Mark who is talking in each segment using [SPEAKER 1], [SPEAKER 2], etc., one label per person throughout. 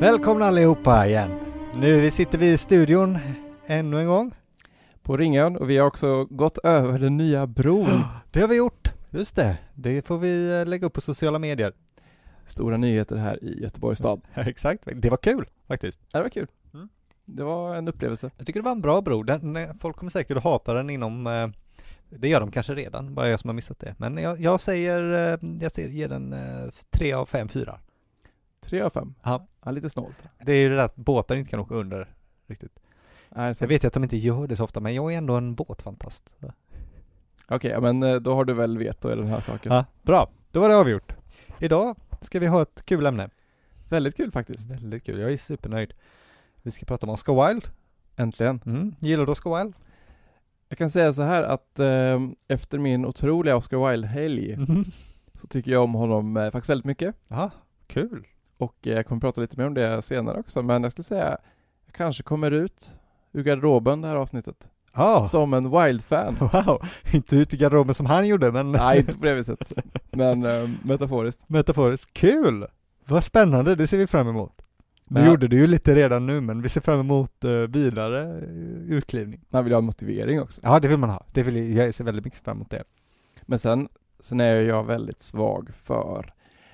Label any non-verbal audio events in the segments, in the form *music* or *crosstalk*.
[SPEAKER 1] Välkomna allihopa igen. Nu sitter vi i studion ännu en gång.
[SPEAKER 2] på Ringön och vi har också gått över den
[SPEAKER 1] *gasps*
[SPEAKER 2] nya bron.
[SPEAKER 1] Det har vi gjort. Just det, det får vi eh, lägga upp på sociala medier. *laughs*
[SPEAKER 2] Stora nyheter här i Göteborgs stad.
[SPEAKER 1] Exakt, det var kul faktiskt.
[SPEAKER 2] Ja, Det var kul.
[SPEAKER 1] Mm.
[SPEAKER 2] Det var en upplevelse.
[SPEAKER 1] Jag tycker det var en bra bro. Den, eh, folk kommer säkert att hata den inom, eh, det gör de kanske redan, bara jag som har missat det. Men jag, jag säger, eh, jag ser, ger den eh, tre av fem fyra.
[SPEAKER 2] Tre av fem.
[SPEAKER 1] Ja.
[SPEAKER 2] lite snålt.
[SPEAKER 1] Det är ju det där att båtar inte kan åka under riktigt.
[SPEAKER 2] Nej,
[SPEAKER 1] Jag
[SPEAKER 2] sant.
[SPEAKER 1] vet ju att de inte gör det så ofta, men jag är ändå en båtfantast.
[SPEAKER 2] Okej, ja, men eh, då har du väl veto i den här saken.
[SPEAKER 1] Ja, bra, då var det avgjort. Idag ska vi ha ett kul ämne.
[SPEAKER 2] Väldigt kul faktiskt.
[SPEAKER 1] Väldigt kul, jag är supernöjd. Vi ska prata om Oscar Wilde.
[SPEAKER 2] Äntligen.
[SPEAKER 1] Mm. Gillar du Oscar Wilde?
[SPEAKER 2] Jag kan säga så här att eh, efter min otroliga Oscar Wilde-helg
[SPEAKER 1] Mhm.
[SPEAKER 2] så tycker jag om honom eh, faktiskt väldigt mycket.
[SPEAKER 1] Ja, kul.
[SPEAKER 2] Och eh, jag kommer prata lite mer om det senare också, men jag skulle säga jag kanske kommer ut ur garderoben det här avsnittet.
[SPEAKER 1] Ja,
[SPEAKER 2] Som en
[SPEAKER 1] *laughs*
[SPEAKER 2] Wilde-fan.
[SPEAKER 1] wow. Inte ut i garderoben som han gjorde, men *laughs*
[SPEAKER 2] Nej, inte på det viset. Men eh,
[SPEAKER 1] ehm,
[SPEAKER 2] metaforiskt.
[SPEAKER 1] metaforiskt. Kul! Vad spännande, det ser vi fram emot. Nu
[SPEAKER 2] Men-
[SPEAKER 1] gjorde du ju lite redan nu, men vi ser fram emot eh, vidare eh, utklivning.
[SPEAKER 2] Man vill ju ha en motivering också.
[SPEAKER 1] Ja, det vill man ha. Det vill, jag ser väldigt mycket fram emot det.
[SPEAKER 2] Men sen, sen är jag väldigt svag för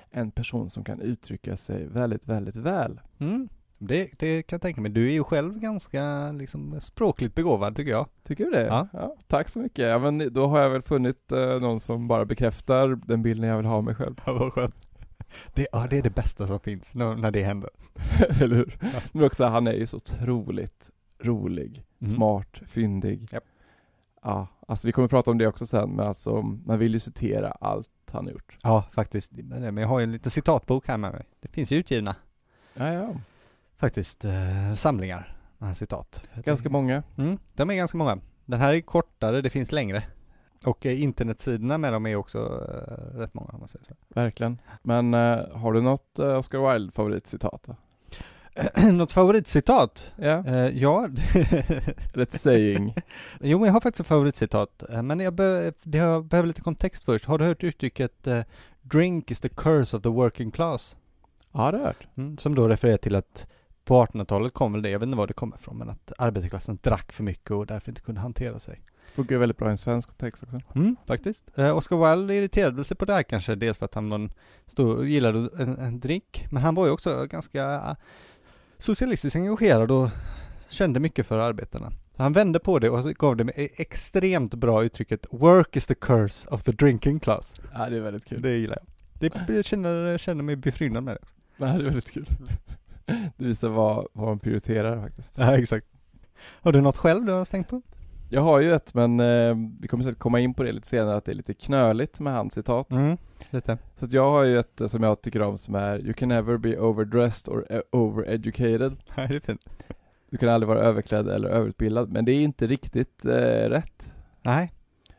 [SPEAKER 2] en person som kan uttrycka sig väldigt, väldigt väl.
[SPEAKER 1] Mm. Det, det kan jag tänka mig. Du är ju själv ganska liksom, språkligt begåvad tycker jag.
[SPEAKER 2] Tycker du det?
[SPEAKER 1] Ja.
[SPEAKER 2] tack så mycket. Ja, men då har jag väl funnit eh, någon som bara bekräftar den bilden jag vill ha av mig själv.
[SPEAKER 1] Ja, vad skönt. Det, ja, det är det bästa som finns när, när det händer.
[SPEAKER 2] *laughs* Eller hur?
[SPEAKER 1] Ja.
[SPEAKER 2] Men också, han är ju så otroligt rolig,
[SPEAKER 1] Mm.
[SPEAKER 2] smart, fyndig.
[SPEAKER 1] Japp.
[SPEAKER 2] Ja, alltså vi kommer prata om det också sen, men alltså man vill ju citera allt han har gjort.
[SPEAKER 1] Ja, faktiskt. Men jag har ju en liten citatbok här med mig. Det finns ju utgivna,
[SPEAKER 2] Ja, ja.
[SPEAKER 1] faktiskt, eh, samlingar med hans citat.
[SPEAKER 2] Ganska många.
[SPEAKER 1] Mm, de är ganska många. Den här är kortare, det finns längre. Och eh, internetsidorna med dem är också eh, rätt många om man säger så. *clears throat*
[SPEAKER 2] Verkligen. Men eh, har du något eh, Oscar Wilde favoritcitat? då?
[SPEAKER 1] Något favoritcitat?
[SPEAKER 2] *laughs* Ja,
[SPEAKER 1] Eh, ja, *laughs*
[SPEAKER 2] eller ett *laughs* saying.
[SPEAKER 1] jo men jag har faktiskt ett favoritcitat. Eh, Men jag, be- det har, behöver lite kontext först. Har du hört uttrycket eh, ”drink is the curse of the working class”?
[SPEAKER 2] ja, det har jag hört.
[SPEAKER 1] Mm, som då refererar till att på 1800-talet kom väl det, jag vet inte var det kommer ifrån, men att arbetarklassen drack för mycket och därför inte kunde hantera sig.
[SPEAKER 2] Funkar väldigt bra i en svensk kontext också.
[SPEAKER 1] Mm, faktiskt. Eh, Oscar Wilde irriterade väl sig på det här kanske, dels för att han var en stor, gillade en, en drink, men han var ju också ganska eh, socialistiskt engagerad och kände mycket för arbetarna. Så Han vände på det och så gav det med extremt bra uttrycket ”Work is the curse of the drinking class”.
[SPEAKER 2] Ja, det är väldigt kul. Det,
[SPEAKER 1] Det gillar jag. Det, jag känner, jag känner mig befryndad med det.
[SPEAKER 2] Nej, det är väldigt kul. Det visar vad, vad man prioriterar faktiskt.
[SPEAKER 1] Ja, exakt. Har du något själv du har tänkt på?
[SPEAKER 2] Jag har ju ett, men eh, vi kommer säkert komma in på det lite senare, att det är lite knöligt med hans citat.
[SPEAKER 1] Mm, lite.
[SPEAKER 2] Så att jag har ju ett eh, som jag tycker om som är You can never be overdressed or eh, overeducated.
[SPEAKER 1] Nej, det är fint.
[SPEAKER 2] Du kan aldrig vara överklädd eller överutbildad, men det är inte riktigt eh, rätt.
[SPEAKER 1] Nej.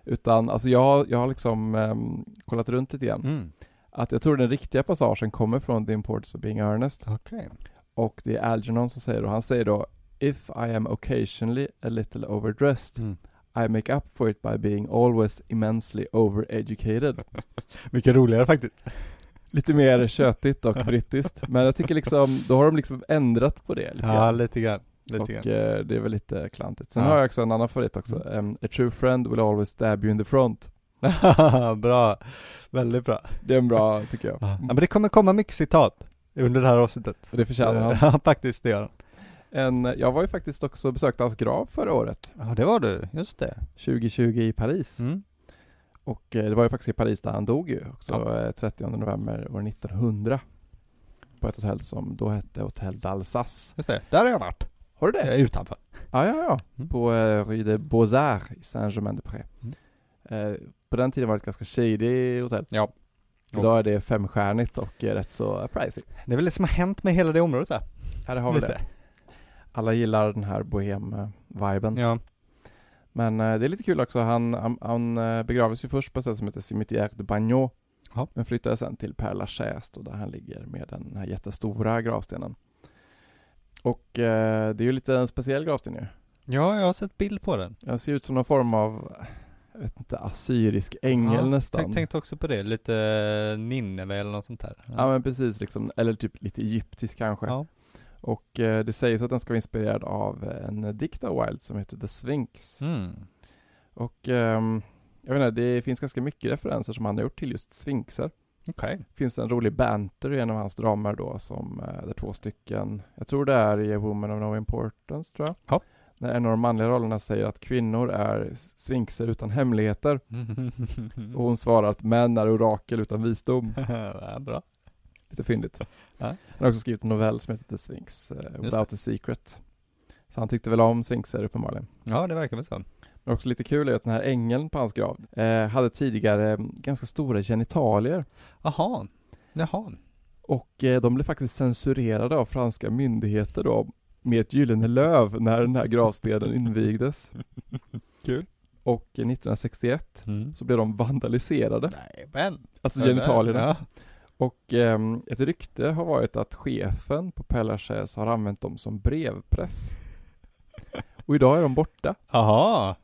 [SPEAKER 2] Utan, alltså jag, har- jag har liksom ehm, kollat runt lite grann.
[SPEAKER 1] Mm.
[SPEAKER 2] att jag tror den riktiga passagen kommer från The Importance of Being Earnest
[SPEAKER 1] Okej.
[SPEAKER 2] och det är Algernon som säger då, han säger då If I am occasionally a little overdressed
[SPEAKER 1] Mm.
[SPEAKER 2] I make up for it by being always immensely overeducated.
[SPEAKER 1] Mycket roligare faktiskt.
[SPEAKER 2] Lite mer tjötigt och brittiskt, men jag tycker liksom, då har de liksom ändrat på det lite
[SPEAKER 1] Ja,
[SPEAKER 2] grann.
[SPEAKER 1] lite grann. Lite
[SPEAKER 2] Och
[SPEAKER 1] grann.
[SPEAKER 2] eh, det är väl lite klantigt. Sen
[SPEAKER 1] Ja. Mm.
[SPEAKER 2] har jag också en annan favorit också. Em, a true friend will always stab you in the front.
[SPEAKER 1] *laughs* bra. Väldigt bra.
[SPEAKER 2] Det är en bra, tycker jag.
[SPEAKER 1] Ja, men det kommer komma mycket citat under det här avsnittet.
[SPEAKER 2] Och det förtjänar han.
[SPEAKER 1] *laughs* Ja, faktiskt det gör han.
[SPEAKER 2] En, jag var ju faktiskt också besökt hans grav förra året,
[SPEAKER 1] Ja, det var du. Just det.
[SPEAKER 2] 2020 i Paris.
[SPEAKER 1] Mm.
[SPEAKER 2] Och eh, det var ju faktiskt i Paris där han dog ju också,
[SPEAKER 1] Ja.
[SPEAKER 2] eh, 30 november år 1900. På ett hotell som då hette Hotel d'Alsace.
[SPEAKER 1] Just det. Där har jag varit.
[SPEAKER 2] Har du det?
[SPEAKER 1] Eh, Utanför.
[SPEAKER 2] Ja, ja, ja.
[SPEAKER 1] Mm.
[SPEAKER 2] På eh, Rue de Beaux-Arts i Saint-Germain-des-Prés.
[SPEAKER 1] Mm.
[SPEAKER 2] Eh, på den tiden var det ett ganska shady hotell.
[SPEAKER 1] Ja.
[SPEAKER 2] Idag är det femstjärnigt och eh, rätt så eh, pricey.
[SPEAKER 1] Det är väl det som har hänt med hela det området va?
[SPEAKER 2] Här har vi det. Alla gillar den här eh, bohem-viben.
[SPEAKER 1] Ja.
[SPEAKER 2] Men eh, det är lite kul också, han, han, han eh, begravdes ju först på ett ställe som heter Cimetière de Bagneau.
[SPEAKER 1] Ja.
[SPEAKER 2] Men flyttade sen till Père Lachaise då, där han ligger med den här jättestora gravstenen. Och eh, det är ju lite en speciell gravsten ju.
[SPEAKER 1] ja, jag har sett bild på den.
[SPEAKER 2] Den ser ut som någon form av, jag vet inte, assyrisk ängel
[SPEAKER 1] Ja,
[SPEAKER 2] nästan.
[SPEAKER 1] Tänk, tänkte också på det. Lite eh, Nineve eller något sånt där.
[SPEAKER 2] Ja men precis liksom, eller typ lite egyptisk kanske.
[SPEAKER 1] Ja.
[SPEAKER 2] Och eh, det sägs att den ska vara inspirerad av en dikt av Wilde som heter The Sphinx.
[SPEAKER 1] Mm.
[SPEAKER 2] Och ehm, jag vet inte, det finns ganska mycket referenser som han har gjort till just sphinxer.
[SPEAKER 1] Okej. *laughs*
[SPEAKER 2] finns det en rolig banter i en av hans dramer då som eh, där två stycken, jag tror det är i Woman of No Importance tror jag.
[SPEAKER 1] Ja.
[SPEAKER 2] När en av de manliga rollerna säger att kvinnor är sfinxer utan hemligheter och
[SPEAKER 1] Mm.
[SPEAKER 2] hon svarar att män är orakel utan visdom.
[SPEAKER 1] ja, bra.
[SPEAKER 2] Lite fyndigt.
[SPEAKER 1] *laughs* Ja.
[SPEAKER 2] Han har också skrivit en novell som heter The Sphinx, eh, Without a Secret. Så han tyckte väl om sfinxer uppenbarligen.
[SPEAKER 1] Ja, det verkar väl så.
[SPEAKER 2] Men också lite kul är att den här ängeln på hans grav eh, hade tidigare eh, ganska stora genitalier
[SPEAKER 1] Jaha. Jaha.
[SPEAKER 2] Och eh, de blev faktiskt censurerade av franska myndigheter då med ett gyllene löv när den här gravstenen invigdes.
[SPEAKER 1] *laughs* Kul.
[SPEAKER 2] Och eh, 1961
[SPEAKER 1] Mm.
[SPEAKER 2] så blev de vandaliserade,
[SPEAKER 1] Nej, men.
[SPEAKER 2] alltså genitalierna.
[SPEAKER 1] Ja.
[SPEAKER 2] Och ehm, ett rykte har varit att chefen på Père Lachaise har använt dem
[SPEAKER 1] *laughs*
[SPEAKER 2] som brevpress. Och idag är de borta.
[SPEAKER 1] Jaha.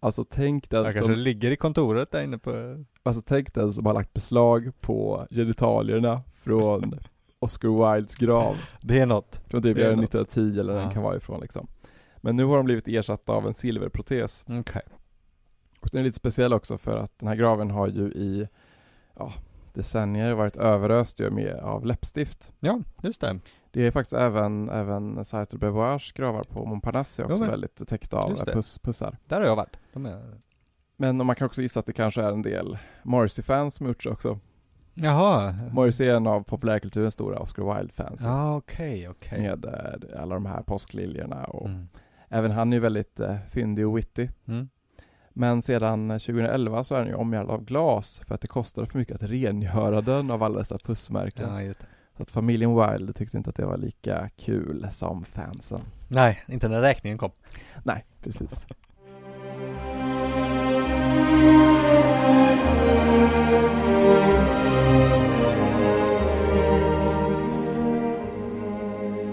[SPEAKER 2] Alltså tänk
[SPEAKER 1] Jag
[SPEAKER 2] den,
[SPEAKER 1] kanske
[SPEAKER 2] som,
[SPEAKER 1] ligger i kontoret där inne på...
[SPEAKER 2] alltså, tänk den som har lagt beslag på genitalierna från Oscar Wildes grav.
[SPEAKER 1] Det är något.
[SPEAKER 2] Från typ
[SPEAKER 1] Det är
[SPEAKER 2] jag är
[SPEAKER 1] något.
[SPEAKER 2] 1910 eller den
[SPEAKER 1] Ja.
[SPEAKER 2] kan vara ifrån liksom. Men nu har de blivit ersatta av en silverprotes.
[SPEAKER 1] Okej.
[SPEAKER 2] Och den är lite speciell också för att den här graven har ju i ja, decennier varit överöst ju med, av läppstift.
[SPEAKER 1] Ja, just det.
[SPEAKER 2] Det är faktiskt även, även Sartre Beauvoirs gravar på Montparnasse är
[SPEAKER 1] Jo,
[SPEAKER 2] också
[SPEAKER 1] men-
[SPEAKER 2] väldigt täckta av
[SPEAKER 1] just det.
[SPEAKER 2] puss, pussar.
[SPEAKER 1] Där har jag varit. De är...
[SPEAKER 2] Men man kan också gissa att det kanske är en del Morrissey-fans som gjort så också.
[SPEAKER 1] Mm. Jaha.
[SPEAKER 2] Morrissey är en av populärkulturens stora Oscar Wilde-fans.
[SPEAKER 1] Ja, okej, okej.
[SPEAKER 2] Med eh, alla de här påskliljorna och
[SPEAKER 1] Mm.
[SPEAKER 2] även han är ju väldigt eh, fyndig och witty.
[SPEAKER 1] Mm.
[SPEAKER 2] Men sedan 2011 så är den ju omgärdad av glas för att det kostade för mycket att rengöra den av alla dessa pussmärken.
[SPEAKER 1] Ja, just det.
[SPEAKER 2] Så att familjen Wilde tyckte inte att det var lika kul som fansen.
[SPEAKER 1] Nej, inte när räkningen kom.
[SPEAKER 2] Nej, precis.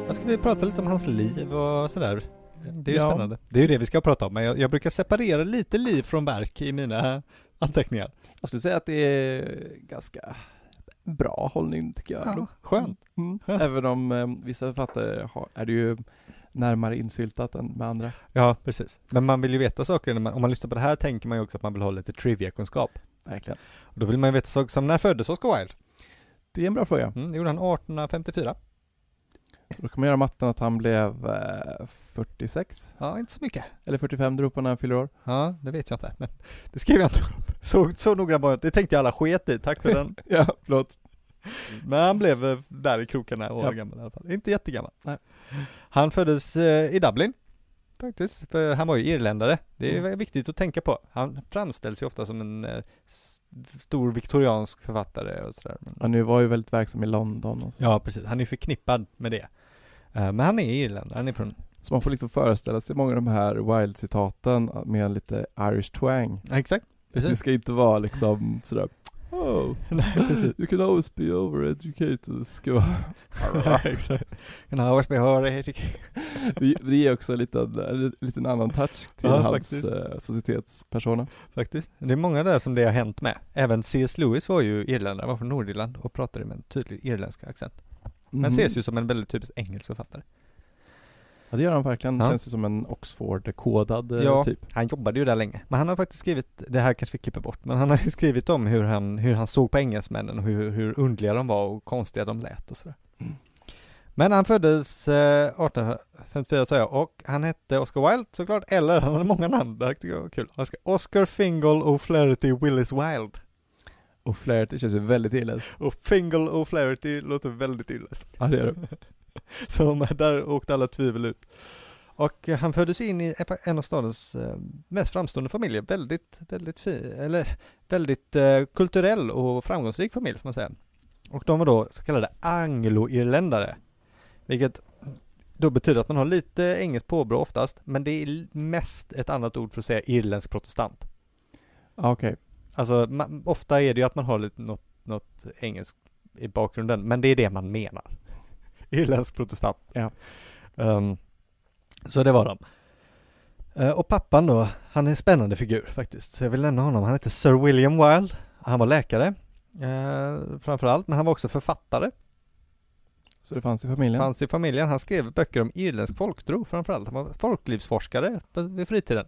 [SPEAKER 1] Då ska vi prata lite om hans liv och sådär. Det är ju
[SPEAKER 2] Ja.
[SPEAKER 1] spännande. Det är ju det vi ska prata om, men jag, jag brukar separera lite liv från verk i mina anteckningar.
[SPEAKER 2] Jag skulle säga att det är ganska bra hållning tycker jag. ändå.
[SPEAKER 1] skönt.
[SPEAKER 2] Mm. Även om eh, vissa författare har, är det ju närmare insyltat än med andra.
[SPEAKER 1] Ja, precis. Men man vill ju veta saker, när man, om man lyssnar på det här tänker man ju också att man vill ha lite trivia-kunskap.
[SPEAKER 2] Verkligen.
[SPEAKER 1] Och då vill man ju veta saker som när föddes Oscar Wilde?
[SPEAKER 2] Det är en bra fråga.
[SPEAKER 1] Mm, det gjorde han 1854.
[SPEAKER 2] Då kan man göra matten att han blev eh, 46
[SPEAKER 1] Ja, inte så mycket.
[SPEAKER 2] eller 45 det beror på när han fyller år.
[SPEAKER 1] Ja, det vet jag inte, men det skrev jag inte upp. så, så noggrann var jag inte. Det tänkte jag alla sket i, tack för *laughs* den.
[SPEAKER 2] Ja, förlåt.
[SPEAKER 1] Men han blev eh, där i krokarna och
[SPEAKER 2] Ja.
[SPEAKER 1] var gammal i alla fall. Inte jättegammal.
[SPEAKER 2] Nej.
[SPEAKER 1] Han föddes eh, i Dublin, faktiskt, för han var ju irländare. Det är
[SPEAKER 2] Mm.
[SPEAKER 1] viktigt att tänka på. Han framställs ju ofta som en eh, s- stor viktoriansk författare och sådär. Men,
[SPEAKER 2] Ja, nu var ju väldigt verksam i London och så.
[SPEAKER 1] ja, precis. Han är förknippad med det. Eh, men han är irländare, han är från...
[SPEAKER 2] så man får liksom föreställa sig många av de här Wild-citaten med en lite Irish twang.
[SPEAKER 1] Ja, exakt.
[SPEAKER 2] Det
[SPEAKER 1] Precis.
[SPEAKER 2] ska inte vara liksom sådär Oh,
[SPEAKER 1] *laughs* Nej, precis.
[SPEAKER 2] you can always be overeducated. Det ska vara-
[SPEAKER 1] *laughs* exakt. En hours behörig.
[SPEAKER 2] Det det ger också en liten, en liten annan touch till
[SPEAKER 1] Ja,
[SPEAKER 2] hans
[SPEAKER 1] faktiskt.
[SPEAKER 2] eh, societetspersona.
[SPEAKER 1] Faktiskt. Det är många där som det har hänt med. Även C.S. Lewis var ju irländare, var från Nordirland och pratade med en tydlig irländsk accent.
[SPEAKER 2] Mhm.
[SPEAKER 1] Men ses ju som en väldigt typisk engelsk författare.
[SPEAKER 2] Ja, det gör han verkligen.
[SPEAKER 1] Ja.
[SPEAKER 2] Känns ju som en Oxford-kodad eh,
[SPEAKER 1] Ja.
[SPEAKER 2] typ.
[SPEAKER 1] Han jobbade ju där länge. Men han har faktiskt skrivit, det här kanske vi klipper bort, men han har ju skrivit om hur han, hur han såg på engelsmännen och hur, hur underliga de var och konstiga de lät och sådär.
[SPEAKER 2] Mm.
[SPEAKER 1] Men han föddes eh, 1854 sa jag och han hette Oscar Wilde såklart, eller han hade många namn, det här tycker jag var kul. Oscar, Oscar Fingal O'Flaherty Willis Wilde.
[SPEAKER 2] Och Flaherty känns ju väldigt illa.
[SPEAKER 1] Och Fingal O'Flaherty låter väldigt illa.
[SPEAKER 2] Ja, det gör det.
[SPEAKER 1] *laughs* Så de- där åkte alla tvivel ut. Och eh, han föddes in i en av stadens eh, mest framstående familjer, väldigt, väldigt fin, eller väldigt eh, kulturell och framgångsrik familj får man säga. Och de var då så kallade anglo-irländare, vilket då betyder att man har lite engelskt påbrå oftast, men det är l- mest ett annat ord för att säga irländsk protestant.
[SPEAKER 2] Ja, Ah, Okej.
[SPEAKER 1] Alltså ma- ofta är det ju att man har lite något, något engelskt i bakgrunden, men det är det man menar. *laughs* Irländsk protestant.
[SPEAKER 2] Ja.
[SPEAKER 1] Ehm, så det var de. Eh, och pappan då, han är en spännande figur faktiskt. Så jag vill nämna honom. Han heter Sir William Wilde. Han var läkare eh, framförallt, men han var också författare.
[SPEAKER 2] Så det fanns i familjen.
[SPEAKER 1] Fanns i familjen. Han skrev böcker om irländsk folktro framförallt. Han var folklivsforskare på- vid fritiden.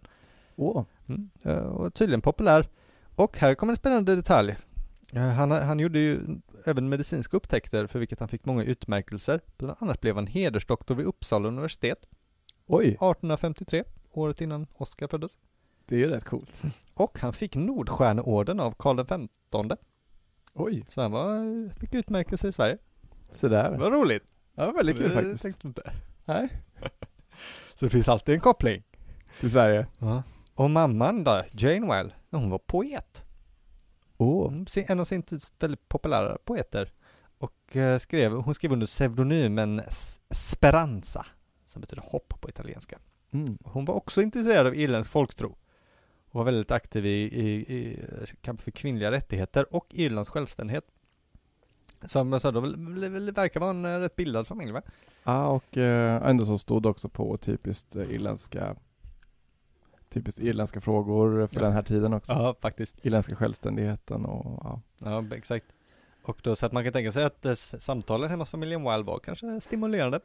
[SPEAKER 2] Åh.
[SPEAKER 1] Mm. eh, Och tydligen populär. Och här kommer en spännande detalj. Eh, Han, han gjorde ju även medicinska upptäckter för vilket han fick många utmärkelser. Bland annat blev han hedersdoktor vid Uppsala universitet
[SPEAKER 2] Oj,
[SPEAKER 1] 1853, året innan Oscar föddes.
[SPEAKER 2] det är ju rätt coolt.
[SPEAKER 1] Och han fick Nordstjärneorden av Karl XV.
[SPEAKER 2] Oj,
[SPEAKER 1] Så han var, fick utmärkelser i Sverige. Det
[SPEAKER 2] sådär.
[SPEAKER 1] var roligt.
[SPEAKER 2] Ja, väldigt kul faktiskt.
[SPEAKER 1] Tänkte jag inte.
[SPEAKER 2] Nej.
[SPEAKER 1] *laughs* Så det finns alltid en koppling.
[SPEAKER 2] Till Sverige.
[SPEAKER 1] Och mamman då, Janewell, hon var poet. Hon
[SPEAKER 2] Åh.
[SPEAKER 1] var En av Mm, sin tids väldigt populära poeter. Och eh, skrev, hon skrev under pseudonymen S- Speranza, som betyder hopp på italienska.
[SPEAKER 2] Mm.
[SPEAKER 1] Hon var också intresserad av irländsk folktro och var väldigt aktiv i, i, i eh, kampen för kvinnliga rättigheter och Irlands självständighet. Som jag sa, de verkar vara en eh, rätt bildad familj va?
[SPEAKER 2] Ja, och eh, ändå så stod det också på typiskt eh, irländska typiskt irländska frågor för
[SPEAKER 1] Ja.
[SPEAKER 2] den här tiden också.
[SPEAKER 1] Ja, faktiskt.
[SPEAKER 2] Irländska självständigheten och ja.
[SPEAKER 1] Ja, exakt. Och då så att man kan tänka sig att eh, s- samtalen hemma hos familjen Wilde var kanske stimulerande,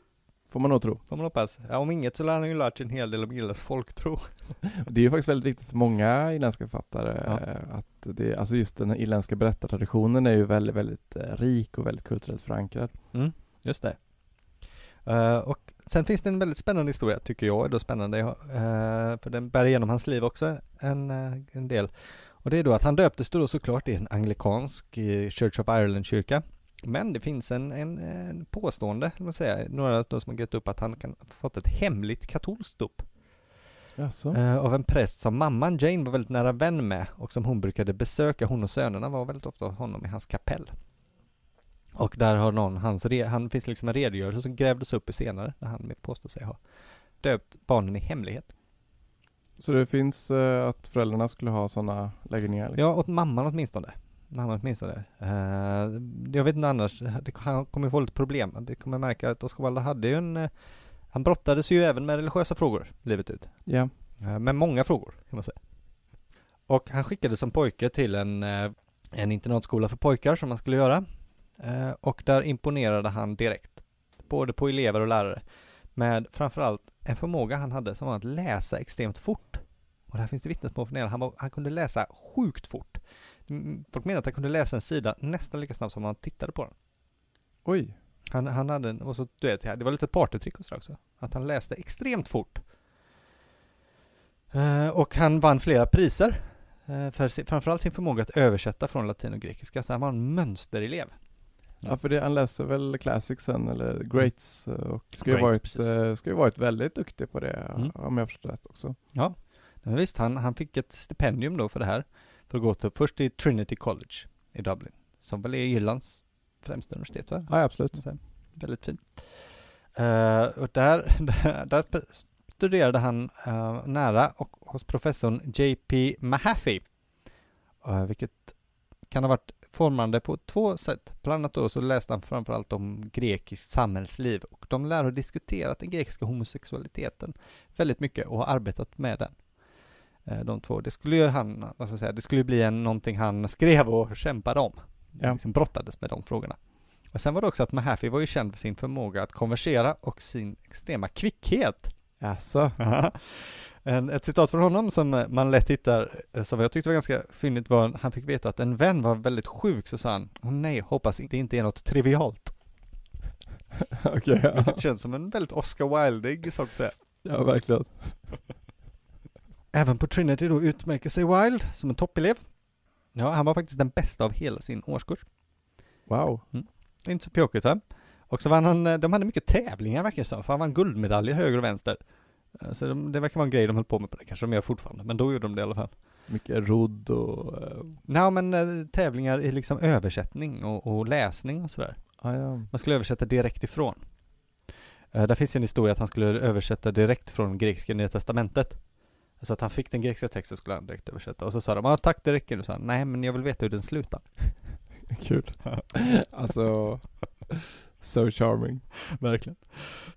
[SPEAKER 2] Får man nog tro.
[SPEAKER 1] får man hoppas. Ja, om inget så lär han ju lärt sig en hel del om Irlands folktro.
[SPEAKER 2] Det är ju faktiskt väldigt viktigt för många irländska författare
[SPEAKER 1] Ja.
[SPEAKER 2] eh, att det, alltså just den här irländska berättartraditionen är ju väldigt, väldigt eh, rik och väldigt kulturellt förankrad.
[SPEAKER 1] Just det. Eh, och sen finns det en väldigt spännande historia, tycker jag är då spännande, Jag har- eh, för den bär igenom hans liv också en, eh, en del. Och det är då att han döptes då såklart i en anglikansk eh, Church of Ireland-kyrka. Men det finns en, en, en påstående, kan man säga, några då som har gett upp att han kan ha fått ett hemligt katolskt dop
[SPEAKER 2] Jaså?
[SPEAKER 1] eh, av en präst som mamman Jane var väldigt nära vän med och som hon brukade besöka. Hon och sönerna var väldigt ofta hos honom i hans kapell. Och där har någon, hans re, han finns liksom en redogörelse som grävdes upp i senare när han påstår sig ha döpt barnen i hemlighet.
[SPEAKER 2] Så det finns eh, att föräldrarna skulle ha sådana lägenheter? Liksom.
[SPEAKER 1] Ja, åt mamman åtminstone. Mamman åtminstone. Eh, jag vet inte annars, det, han kommer få lite problem. Det kommer märka att Oscar Wilde hade ju en, eh, han brottades ju även med religiösa frågor livet ut.
[SPEAKER 2] Ja.
[SPEAKER 1] Eh, Men många frågor kan man säga. Och han skickades som pojke till en, eh, en internatskola för pojkar som han skulle göra. Eh, Och där imponerade han direkt, både på elever och lärare, med framförallt en förmåga han hade som var att läsa extremt fort. Och där finns det vittnesmål från er. han, var, han kunde läsa sjukt fort. Mm, Folk menar att han kunde läsa en sida nästan lika snabbt som han tittade på den.
[SPEAKER 2] Oj.
[SPEAKER 1] Han, han hade en, och så, du vet, det var lite partytrick och sådär också. Att han läste extremt fort. Eh, och han vann flera priser. eh, för si, framförallt sin förmåga att översätta från latin och grekiska. Så han var en mönsterelev.
[SPEAKER 2] Ja, för det, han läser väl Classics sen, eller Greats, eh, och ska ju
[SPEAKER 1] Greats,
[SPEAKER 2] varit,
[SPEAKER 1] precis.
[SPEAKER 2] eh, ska ju varit väldigt duktig på det,
[SPEAKER 1] Mm.
[SPEAKER 2] om jag förstått rätt också.
[SPEAKER 1] Men visst, han, han fick ett stipendium då för det här. För att gå till, först till Trinity College i Dublin. Som väl är Irlands främsta universitet va?
[SPEAKER 2] Ja, ja, absolut.
[SPEAKER 1] Väldigt fint. Eh, och där, *laughs* där, där studerade han eh, nära och hos professorn J.P. Mahaffey, eh, vilket kan ha varit formande på två sätt. Bland annat då så läste han framförallt om grekiskt samhällsliv och de lär ha diskuterat den grekiska homosexualiteten väldigt mycket och har arbetat med den. Eh, De två, det skulle ju han, vad ska jag säga, det skulle ju bli en, någonting han skrev och kämpade om.
[SPEAKER 2] Ja.
[SPEAKER 1] Liksom brottades med de frågorna. Och sen var det också att Mahaffey var ju känd för sin förmåga att konversera och sin extrema kvickhet.
[SPEAKER 2] Jaså?
[SPEAKER 1] en, ett citat från honom som eh, man lätt hittar, eh, som jag tyckte var ganska fyndigt var, han fick veta att en vän var väldigt sjuk, så sa han, åh nej, hoppas det inte är något trivialt.
[SPEAKER 2] *laughs* Okej, ja.
[SPEAKER 1] Vilket känns som en väldigt Oscar Wildig sak att säga.
[SPEAKER 2] ja, verkligen.
[SPEAKER 1] Även på Trinity då utmärker sig Wilde som en toppelev. Ja, han var faktiskt den bästa av hela sin årskurs.
[SPEAKER 2] Wow.
[SPEAKER 1] Det är inte så pjåkigt va? Och så vann han, eh, de hade mycket tävlingar verkar det som, för han vann guldmedaljer höger och vänster. Eh, Så de, det verkar vara en grej de höll på med, på det kanske de gör fortfarande, men då gjorde de det i alla fall.
[SPEAKER 2] Mycket rodd och... eh,
[SPEAKER 1] Nej men eh, tävlingar i liksom översättning och, och läsning och sådär.
[SPEAKER 2] ah, ja.
[SPEAKER 1] Man skulle översätta direkt ifrån. Eh, där finns en historia att han skulle översätta direkt från grekiska Nya Testamentet. Så att han fick den grekiska texten skulle han direkt översätta. Och så sa de, ja tack det räcker nu, sa han. Nej men jag vill veta hur den slutar.
[SPEAKER 2] Kul. alltså, *laughs* so charming.
[SPEAKER 1] Verkligen.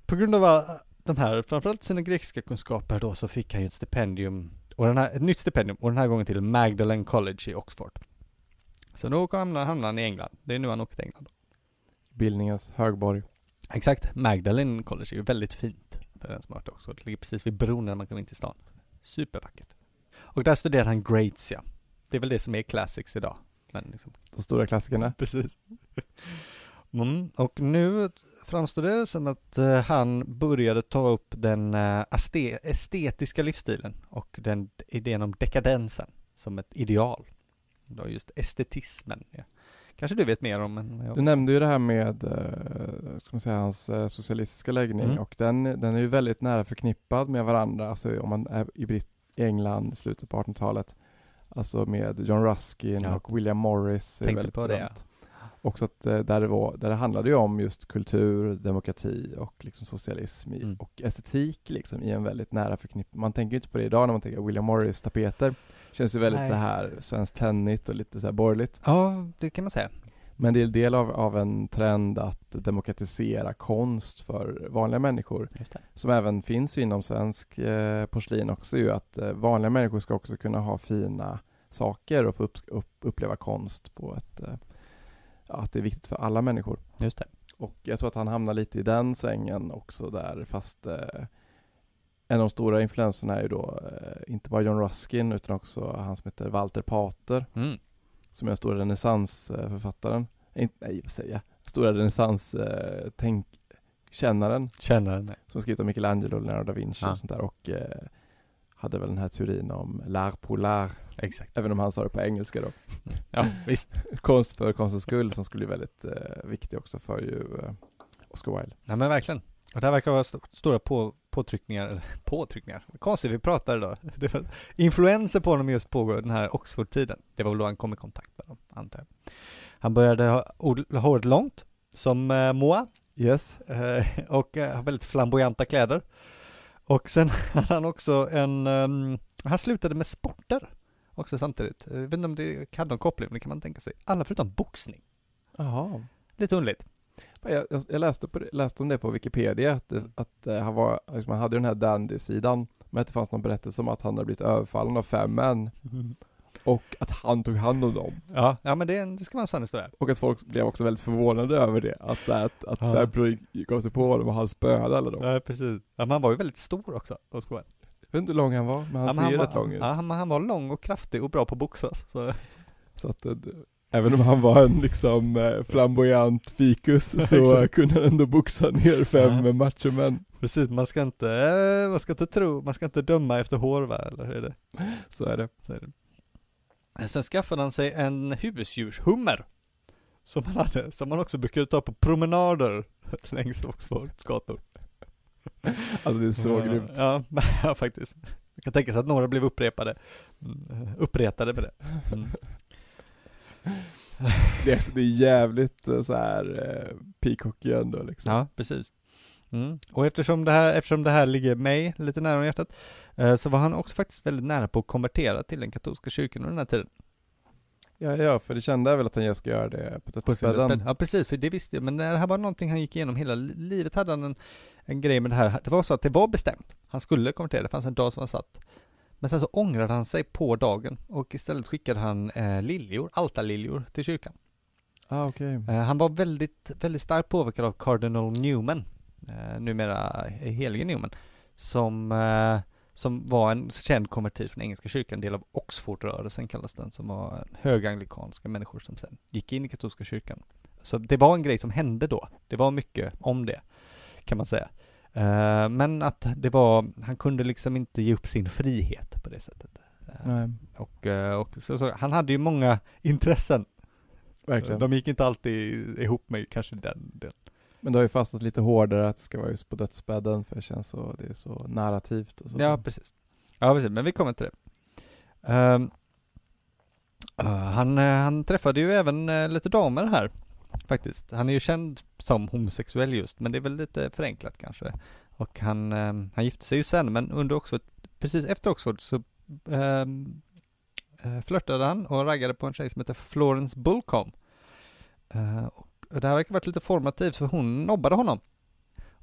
[SPEAKER 1] På grund av eh, de här, framförallt sina grekiska kunskaper då, så fick han ju ett stipendium, och den här, ett nytt stipendium, och den här gången till Magdalen College i Oxford. Så då hamnar hamnar han i England. Det är nu han åker till England.
[SPEAKER 2] Bildningens högborg.
[SPEAKER 1] Exakt, Magdalene College är ju väldigt fint. Det är den smart också. Det ligger precis vid bron när man kommer in till stan. Supervackert. Och där studerar han Gratia. Det är väl det som är classics idag. Men liksom,
[SPEAKER 2] De stora klassikerna.
[SPEAKER 1] precis. *laughs* Mm. Och nu framstår det som att eh, han började ta upp den eh, aste- estetiska livsstilen och den idén om dekadensen som ett ideal. Då just estetismen. Ja. Kanske du vet mer om än jag.
[SPEAKER 2] Du nämnde ju det här med eh, ska man säga, hans eh, socialistiska läggning
[SPEAKER 1] Mm.
[SPEAKER 2] och den, den är ju väldigt nära förknippad med varandra, alltså om man är i Brit- England i slutet på 1800-talet. Alltså med John Ruskin
[SPEAKER 1] Ja.
[SPEAKER 2] och William Morris. är
[SPEAKER 1] Tänkte
[SPEAKER 2] väldigt
[SPEAKER 1] på det,
[SPEAKER 2] berömt. Också att eh, där det, var, där det handlade ju om just kultur, demokrati och liksom socialism i,
[SPEAKER 1] Mm.
[SPEAKER 2] och estetik liksom i en väldigt nära förknippning. Man tänker ju inte på det idag när man tänker William Morris tapeter. Känns ju väldigt
[SPEAKER 1] Nej.
[SPEAKER 2] så här svenskt tennigt och lite så här borgerligt.
[SPEAKER 1] Ja, det kan man säga.
[SPEAKER 2] Men det är del av, av en trend att demokratisera konst för vanliga människor,
[SPEAKER 1] Just det.
[SPEAKER 2] som även finns ju inom svensk eh, porslin också, är ju att eh, vanliga människor ska också kunna ha fina saker och få upp, upp, uppleva konst på ett, eh, ja, att det är viktigt för alla människor.
[SPEAKER 1] Just det.
[SPEAKER 2] Och jag tror att han hamnar lite i den svängen också där, fast eh, en av de stora influenserna är ju då eh, inte bara John Ruskin utan också han som heter Walter Pater
[SPEAKER 1] Mm.
[SPEAKER 2] som är den stora renässansförfattaren. Nej, nej, vad säger jag? Stora renässanskännaren
[SPEAKER 1] Känner den.
[SPEAKER 2] som har skrivit om Michelangelo, Leonardo da Vinci
[SPEAKER 1] Ja.
[SPEAKER 2] och sånt där och eh, hade väl den här teorin om l'art pour l'art,
[SPEAKER 1] Exakt.
[SPEAKER 2] även om han sa det på engelska då.
[SPEAKER 1] Ja, visst.
[SPEAKER 2] Konst för konstens skull som skulle bli väldigt eh, viktig också för ju eh, Oscar Wilde.
[SPEAKER 1] Nej men verkligen. Och det här verkar vara st- stora på, påtryckningar, eller *laughs* påtryckningar, Vad konstigt vi pratar idag. *laughs* Det var influenser på honom just på den här Oxford-tiden. Det var väl då han kom i kontakt med dem, antar jag. Han började ha od- håret långt, som eh, Moa,
[SPEAKER 2] Yes.
[SPEAKER 1] eh, *laughs* och eh, har väldigt flamboyanta kläder. Och sen *laughs* hade han också en, ehm, han slutade med sporter också samtidigt. Eh, Jag vet inte om det hade någon koppling, men det kan man tänka sig. Alla förutom boxning.
[SPEAKER 2] Jaha.
[SPEAKER 1] Lite underligt. *laughs*
[SPEAKER 2] Jag, jag, jag läste, på, det- läste om det på Wikipedia, att, det- att eh, han var, liksom, han hade ju den här dandy-sidan, men att det fanns någon berättelse om att han hade blivit överfallen av fem män och att han tog hand om dem.
[SPEAKER 1] Ja, ja men det, är en- det ska vara en sann historia.
[SPEAKER 2] Och att folk blev också väldigt förvånade över det, att, så här, att, att
[SPEAKER 1] Ja.
[SPEAKER 2] Fabro gav sig på honom och han spöade alla dem.
[SPEAKER 1] Ja, precis. Ja, men han var ju väldigt stor också, Oscar Wilde.
[SPEAKER 2] Jag vet inte hur lång han var, men han
[SPEAKER 1] ja, men
[SPEAKER 2] ser
[SPEAKER 1] var-
[SPEAKER 2] rätt lång ut.
[SPEAKER 1] Ja, han, men han var lång och kraftig och bra på att boxas. Så. *laughs*
[SPEAKER 2] Så att, eh, d- även om han var en liksom eh, flamboyant
[SPEAKER 1] *laughs*
[SPEAKER 2] fikus så eh,
[SPEAKER 1] Exakt.
[SPEAKER 2] kunde han ändå boxa ner fem
[SPEAKER 1] Ja.
[SPEAKER 2] ja. machomän.
[SPEAKER 1] Precis, man ska inte, eh, man ska inte tro, man ska inte döma efter hår va, eller hur är det?
[SPEAKER 2] Så är det.
[SPEAKER 1] Så är det. Sen skaffade han sig en husdjurshummer. Som han hade, som han också brukade ta på promenader *laughs* längs Oxfords gator.
[SPEAKER 2] Alltså det är så grymt.
[SPEAKER 1] Ja, *laughs* ja, faktiskt. Jag kan tänka sig att några blev upprepade, mm, uppretade med det. Mm.
[SPEAKER 2] *laughs* Det är, så- det är jävligt eh, så här eh, peacocky ändå liksom.
[SPEAKER 1] Ja, precis. Mm. Och eftersom det, här, eftersom det här ligger mig lite nära om hjärtat, eh, så var han också faktiskt väldigt nära på att konvertera till den katolska kyrkan under den här tiden.
[SPEAKER 2] Ja, ja, för det kände jag väl att han ska göra det på
[SPEAKER 1] Spännande.
[SPEAKER 2] dödsbädden.
[SPEAKER 1] Ja, precis, för det visste jag, men det här var någonting han gick igenom hela li- livet, hade han en, en grej med det här. Det var så att det var bestämt, han skulle konvertera, det fanns en dag som han satt. Men sen så ångrade han sig på dagen och istället skickade han eh, liljor, altarliljor, till kyrkan.
[SPEAKER 2] Ah, okej.
[SPEAKER 1] Eh, Han var väldigt, väldigt starkt påverkad av Cardinal Newman, eh, numera helige Newman, som, eh, som var en känd konvertit från engelska kyrkan, del av Oxfordrörelsen kallas den, som var höganglikanska människor som sen gick in i katolska kyrkan. Så det var en grej som hände då, det var mycket om det, kan man säga. Eh, Men att det var, han kunde liksom inte ge upp sin frihet på det sättet. Eh,
[SPEAKER 2] Nej,
[SPEAKER 1] Och, eh, och så, så, han hade ju många intressen
[SPEAKER 2] verkligen.
[SPEAKER 1] de gick inte alltid ihop med kanske den delen.
[SPEAKER 2] Men det har ju fastnat lite hårdare att det ska vara just på dödsbädden för det känns så, det är så narrativt och så.
[SPEAKER 1] Ja, precis. Ja, precis, men vi kommer till det. Ehm, eh, han, eh, han träffade ju även eh, lite damer här, faktiskt. Han är ju känd som homosexuell just, men det är väl lite förenklat kanske. Och han, ehm, han gifte sig ju sen, men under också, precis efter Oxford så ehm, eh, flörtade han och raggade på en tjej som heter Florence Bullcombe. Eh, och det här verkar ha varit lite formativt, för hon nobbade honom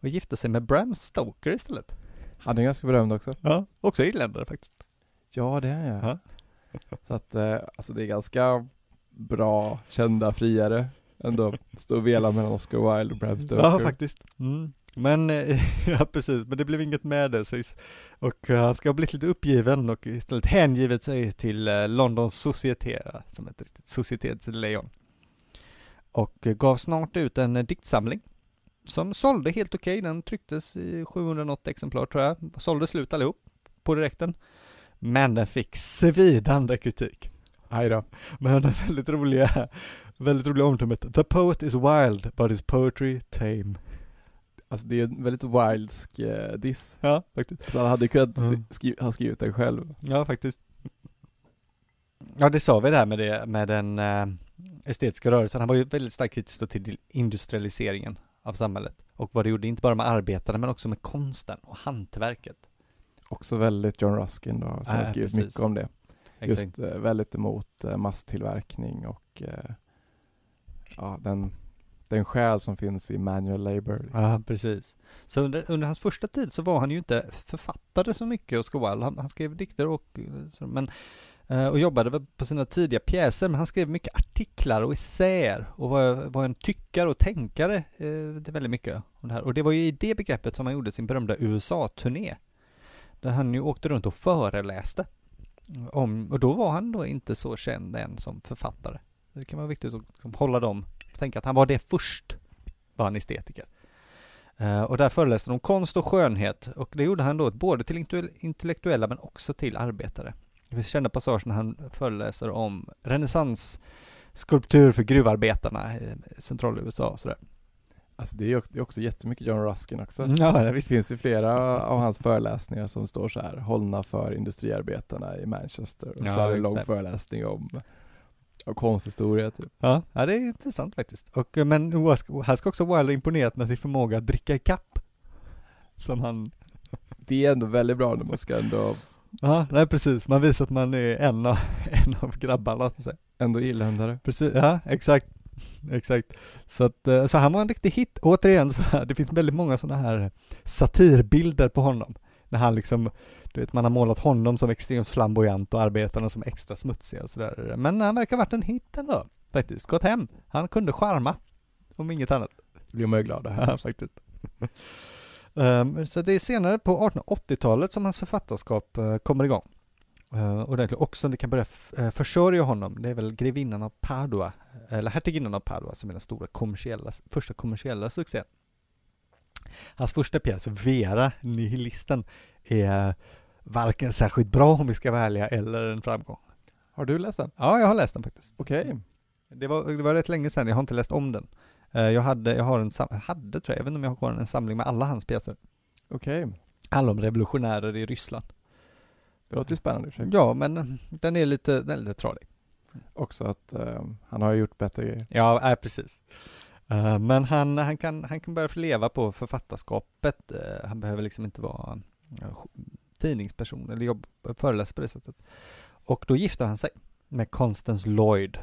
[SPEAKER 1] och gifte sig med Bram Stoker istället.
[SPEAKER 2] Han är ganska berömd också.
[SPEAKER 1] Ja, också irländare faktiskt.
[SPEAKER 2] Ja, det är
[SPEAKER 1] Ja.
[SPEAKER 2] jag. så att, eh, alltså det är ganska bra, kända friare ändå stå och vela mellan Oscar Wilde och Bram Stoker.
[SPEAKER 1] Ja, faktiskt. Mm. Men, eh, *laughs* ja precis, men det blev inget med det sägs. Och eh, han ska ha blivit lite uppgiven och istället hängivit sig till eh, Londons societé, eh, som ett riktigt societetslejon. Och eh, gav snart ut en eh, diktsamling. Som sålde helt okej, den trycktes i 700 något exemplar tror jag, sålde slut allihop på direkten. Men den fick svidande kritik.
[SPEAKER 2] Aj då.
[SPEAKER 1] Men den väldigt roliga, väldigt roliga omdömet The poet is wild but his poetry tame.
[SPEAKER 2] Alltså det är en väldigt wildsk eh, diss.
[SPEAKER 1] Ja, faktiskt.
[SPEAKER 2] Så han hade ju kunnat
[SPEAKER 1] Mm.
[SPEAKER 2] skri- ha skrivit den själv.
[SPEAKER 1] Ja, faktiskt. Ja, det sa vi där med, det, med den eh, estetiska rörelsen. Han var ju väldigt starkt kritisk då till industrialiseringen av samhället och vad det gjorde, inte bara med arbetarna men också med konsten och hantverket.
[SPEAKER 2] Också väldigt John Ruskin då, som har
[SPEAKER 1] Ah,
[SPEAKER 2] skrivit
[SPEAKER 1] precis.
[SPEAKER 2] mycket om det.
[SPEAKER 1] Exakt.
[SPEAKER 2] Just eh, väldigt emot eh, masstillverkning och eh, ja, den, den själ som finns i manual labor.
[SPEAKER 1] Ja, precis. Så under, under hans första tid så var han ju inte författare så mycket, Oscar Wilde. Han, han skrev dikter och, så, men, eh, och jobbade väl på sina tidiga pjäser, men han skrev mycket artiklar och essäer och var, var en tyckare och tänkare eh, det är väldigt mycket om det här. Och det var ju i det begreppet som han gjorde sin berömda USA-turné, där han ju åkte runt och föreläste. Om, och då var han då inte så känd än som författare. Det kan vara viktigt att liksom, hålla dem, tänka att han var det först, var han estetiker. Eh, Och där föreläste de om konst och skönhet och det gjorde han då både till intellektuell- intellektuella men också till arbetare. Det finns kända passager när han föreläser om renässansskulptur för gruvarbetarna i centrala USA och sådär.
[SPEAKER 2] Alltså det är ju också, det är också jättemycket John Ruskin också.
[SPEAKER 1] Ja, det
[SPEAKER 2] Det
[SPEAKER 1] visst.
[SPEAKER 2] finns ju flera av hans föreläsningar som står så här, hållna för industriarbetarna i Manchester. Och
[SPEAKER 1] Ja,
[SPEAKER 2] så är det en
[SPEAKER 1] just
[SPEAKER 2] lång
[SPEAKER 1] det.
[SPEAKER 2] föreläsning om, om konsthistoria typ.
[SPEAKER 1] Ja, ja, det är intressant faktiskt. Och, eh, men Oas- här ska också Wilder ha imponerat med sin förmåga att dricka ikapp. Som han,
[SPEAKER 2] Det är ändå väldigt bra när man ska ändå,
[SPEAKER 1] ja, nej precis, man visar att man är en av, *laughs* en av grabbarna. Så att säga.
[SPEAKER 2] ändå irländare.
[SPEAKER 1] Precis, ja exakt. Exakt. Så, att, eh, så han var en riktig hit. Återigen, så här, det finns väldigt många sådana här satirbilder på honom. När han liksom, du vet man har målat honom som extremt flamboyant och arbetarna som extra smutsiga och sådär. Men han verkar ha varit en hit ändå, faktiskt. Gått hem. Han kunde charma, om inget annat.
[SPEAKER 2] Då blir man ju glad här.
[SPEAKER 1] Ja, *laughs* faktiskt. Ehm, så det är senare på 1880-talet som hans författarskap eh, kommer igång. Uh, ordentligt. Och som det kan börja f- eh, försörja honom, det är väl grevinnan av Padua, eh, eller hertiginnan av Padua som är den stora kommersiella, första kommersiella succén. Hans första pjäs, Vera, Nihilisten, är varken särskilt bra om vi ska vara ärliga, eller en framgång.
[SPEAKER 2] Har du läst den?
[SPEAKER 1] Ja, jag har läst den faktiskt.
[SPEAKER 2] Okej.
[SPEAKER 1] Det var, det var rätt länge sedan, jag har inte läst om den. Eh, Jag hade, jag har en sam- hade tror jag, jag vet inte om jag har kvar den, en samling med alla hans pjäser.
[SPEAKER 2] Okej.
[SPEAKER 1] Alla om revolutionärer i Ryssland.
[SPEAKER 2] Det låter ju spännande i och för sig.
[SPEAKER 1] Ja, men eh, den är lite, den är lite tradig.
[SPEAKER 2] Också att eh, han har ju gjort bättre grejer.
[SPEAKER 1] Ja, är precis. Eh, Men han, han, kan, han kan börja leva på författarskapet. Eh, Han behöver liksom inte vara eh, tidningsperson eller jobb, föreläsa på det sättet. Och då gifter han sig med konstens Lloyd.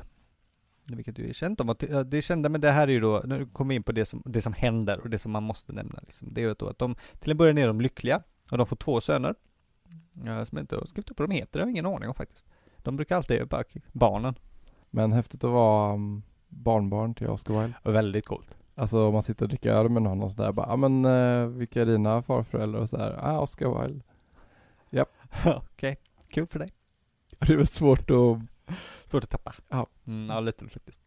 [SPEAKER 1] Vilket ju är känt om. att- eh, Det är kända med det här är ju då, nu kommer vi in på det som, det som händer och det som man måste nämna. Liksom. Det är ju då att de, till en början är de lyckliga och de får två söner. eh, Som jag inte har skrivit upp vad de heter, jag har ingen aning om faktiskt. De brukar alltid, eh, bara, barnen,
[SPEAKER 2] Men häftigt att vara mm, barnbarn till Oscar Wilde.
[SPEAKER 1] väldigt coolt.
[SPEAKER 2] Alltså om man sitter och dricker öl med någon och sådär bara, ja men eh, vilka är dina farföräldrar och sådär? Ah, Oscar Wilde.
[SPEAKER 1] *laughs* Okej, kul för dig.
[SPEAKER 2] Det är väl svårt att
[SPEAKER 1] Svårt att tappa.
[SPEAKER 2] Ja.
[SPEAKER 1] Mm, ja, lite faktiskt.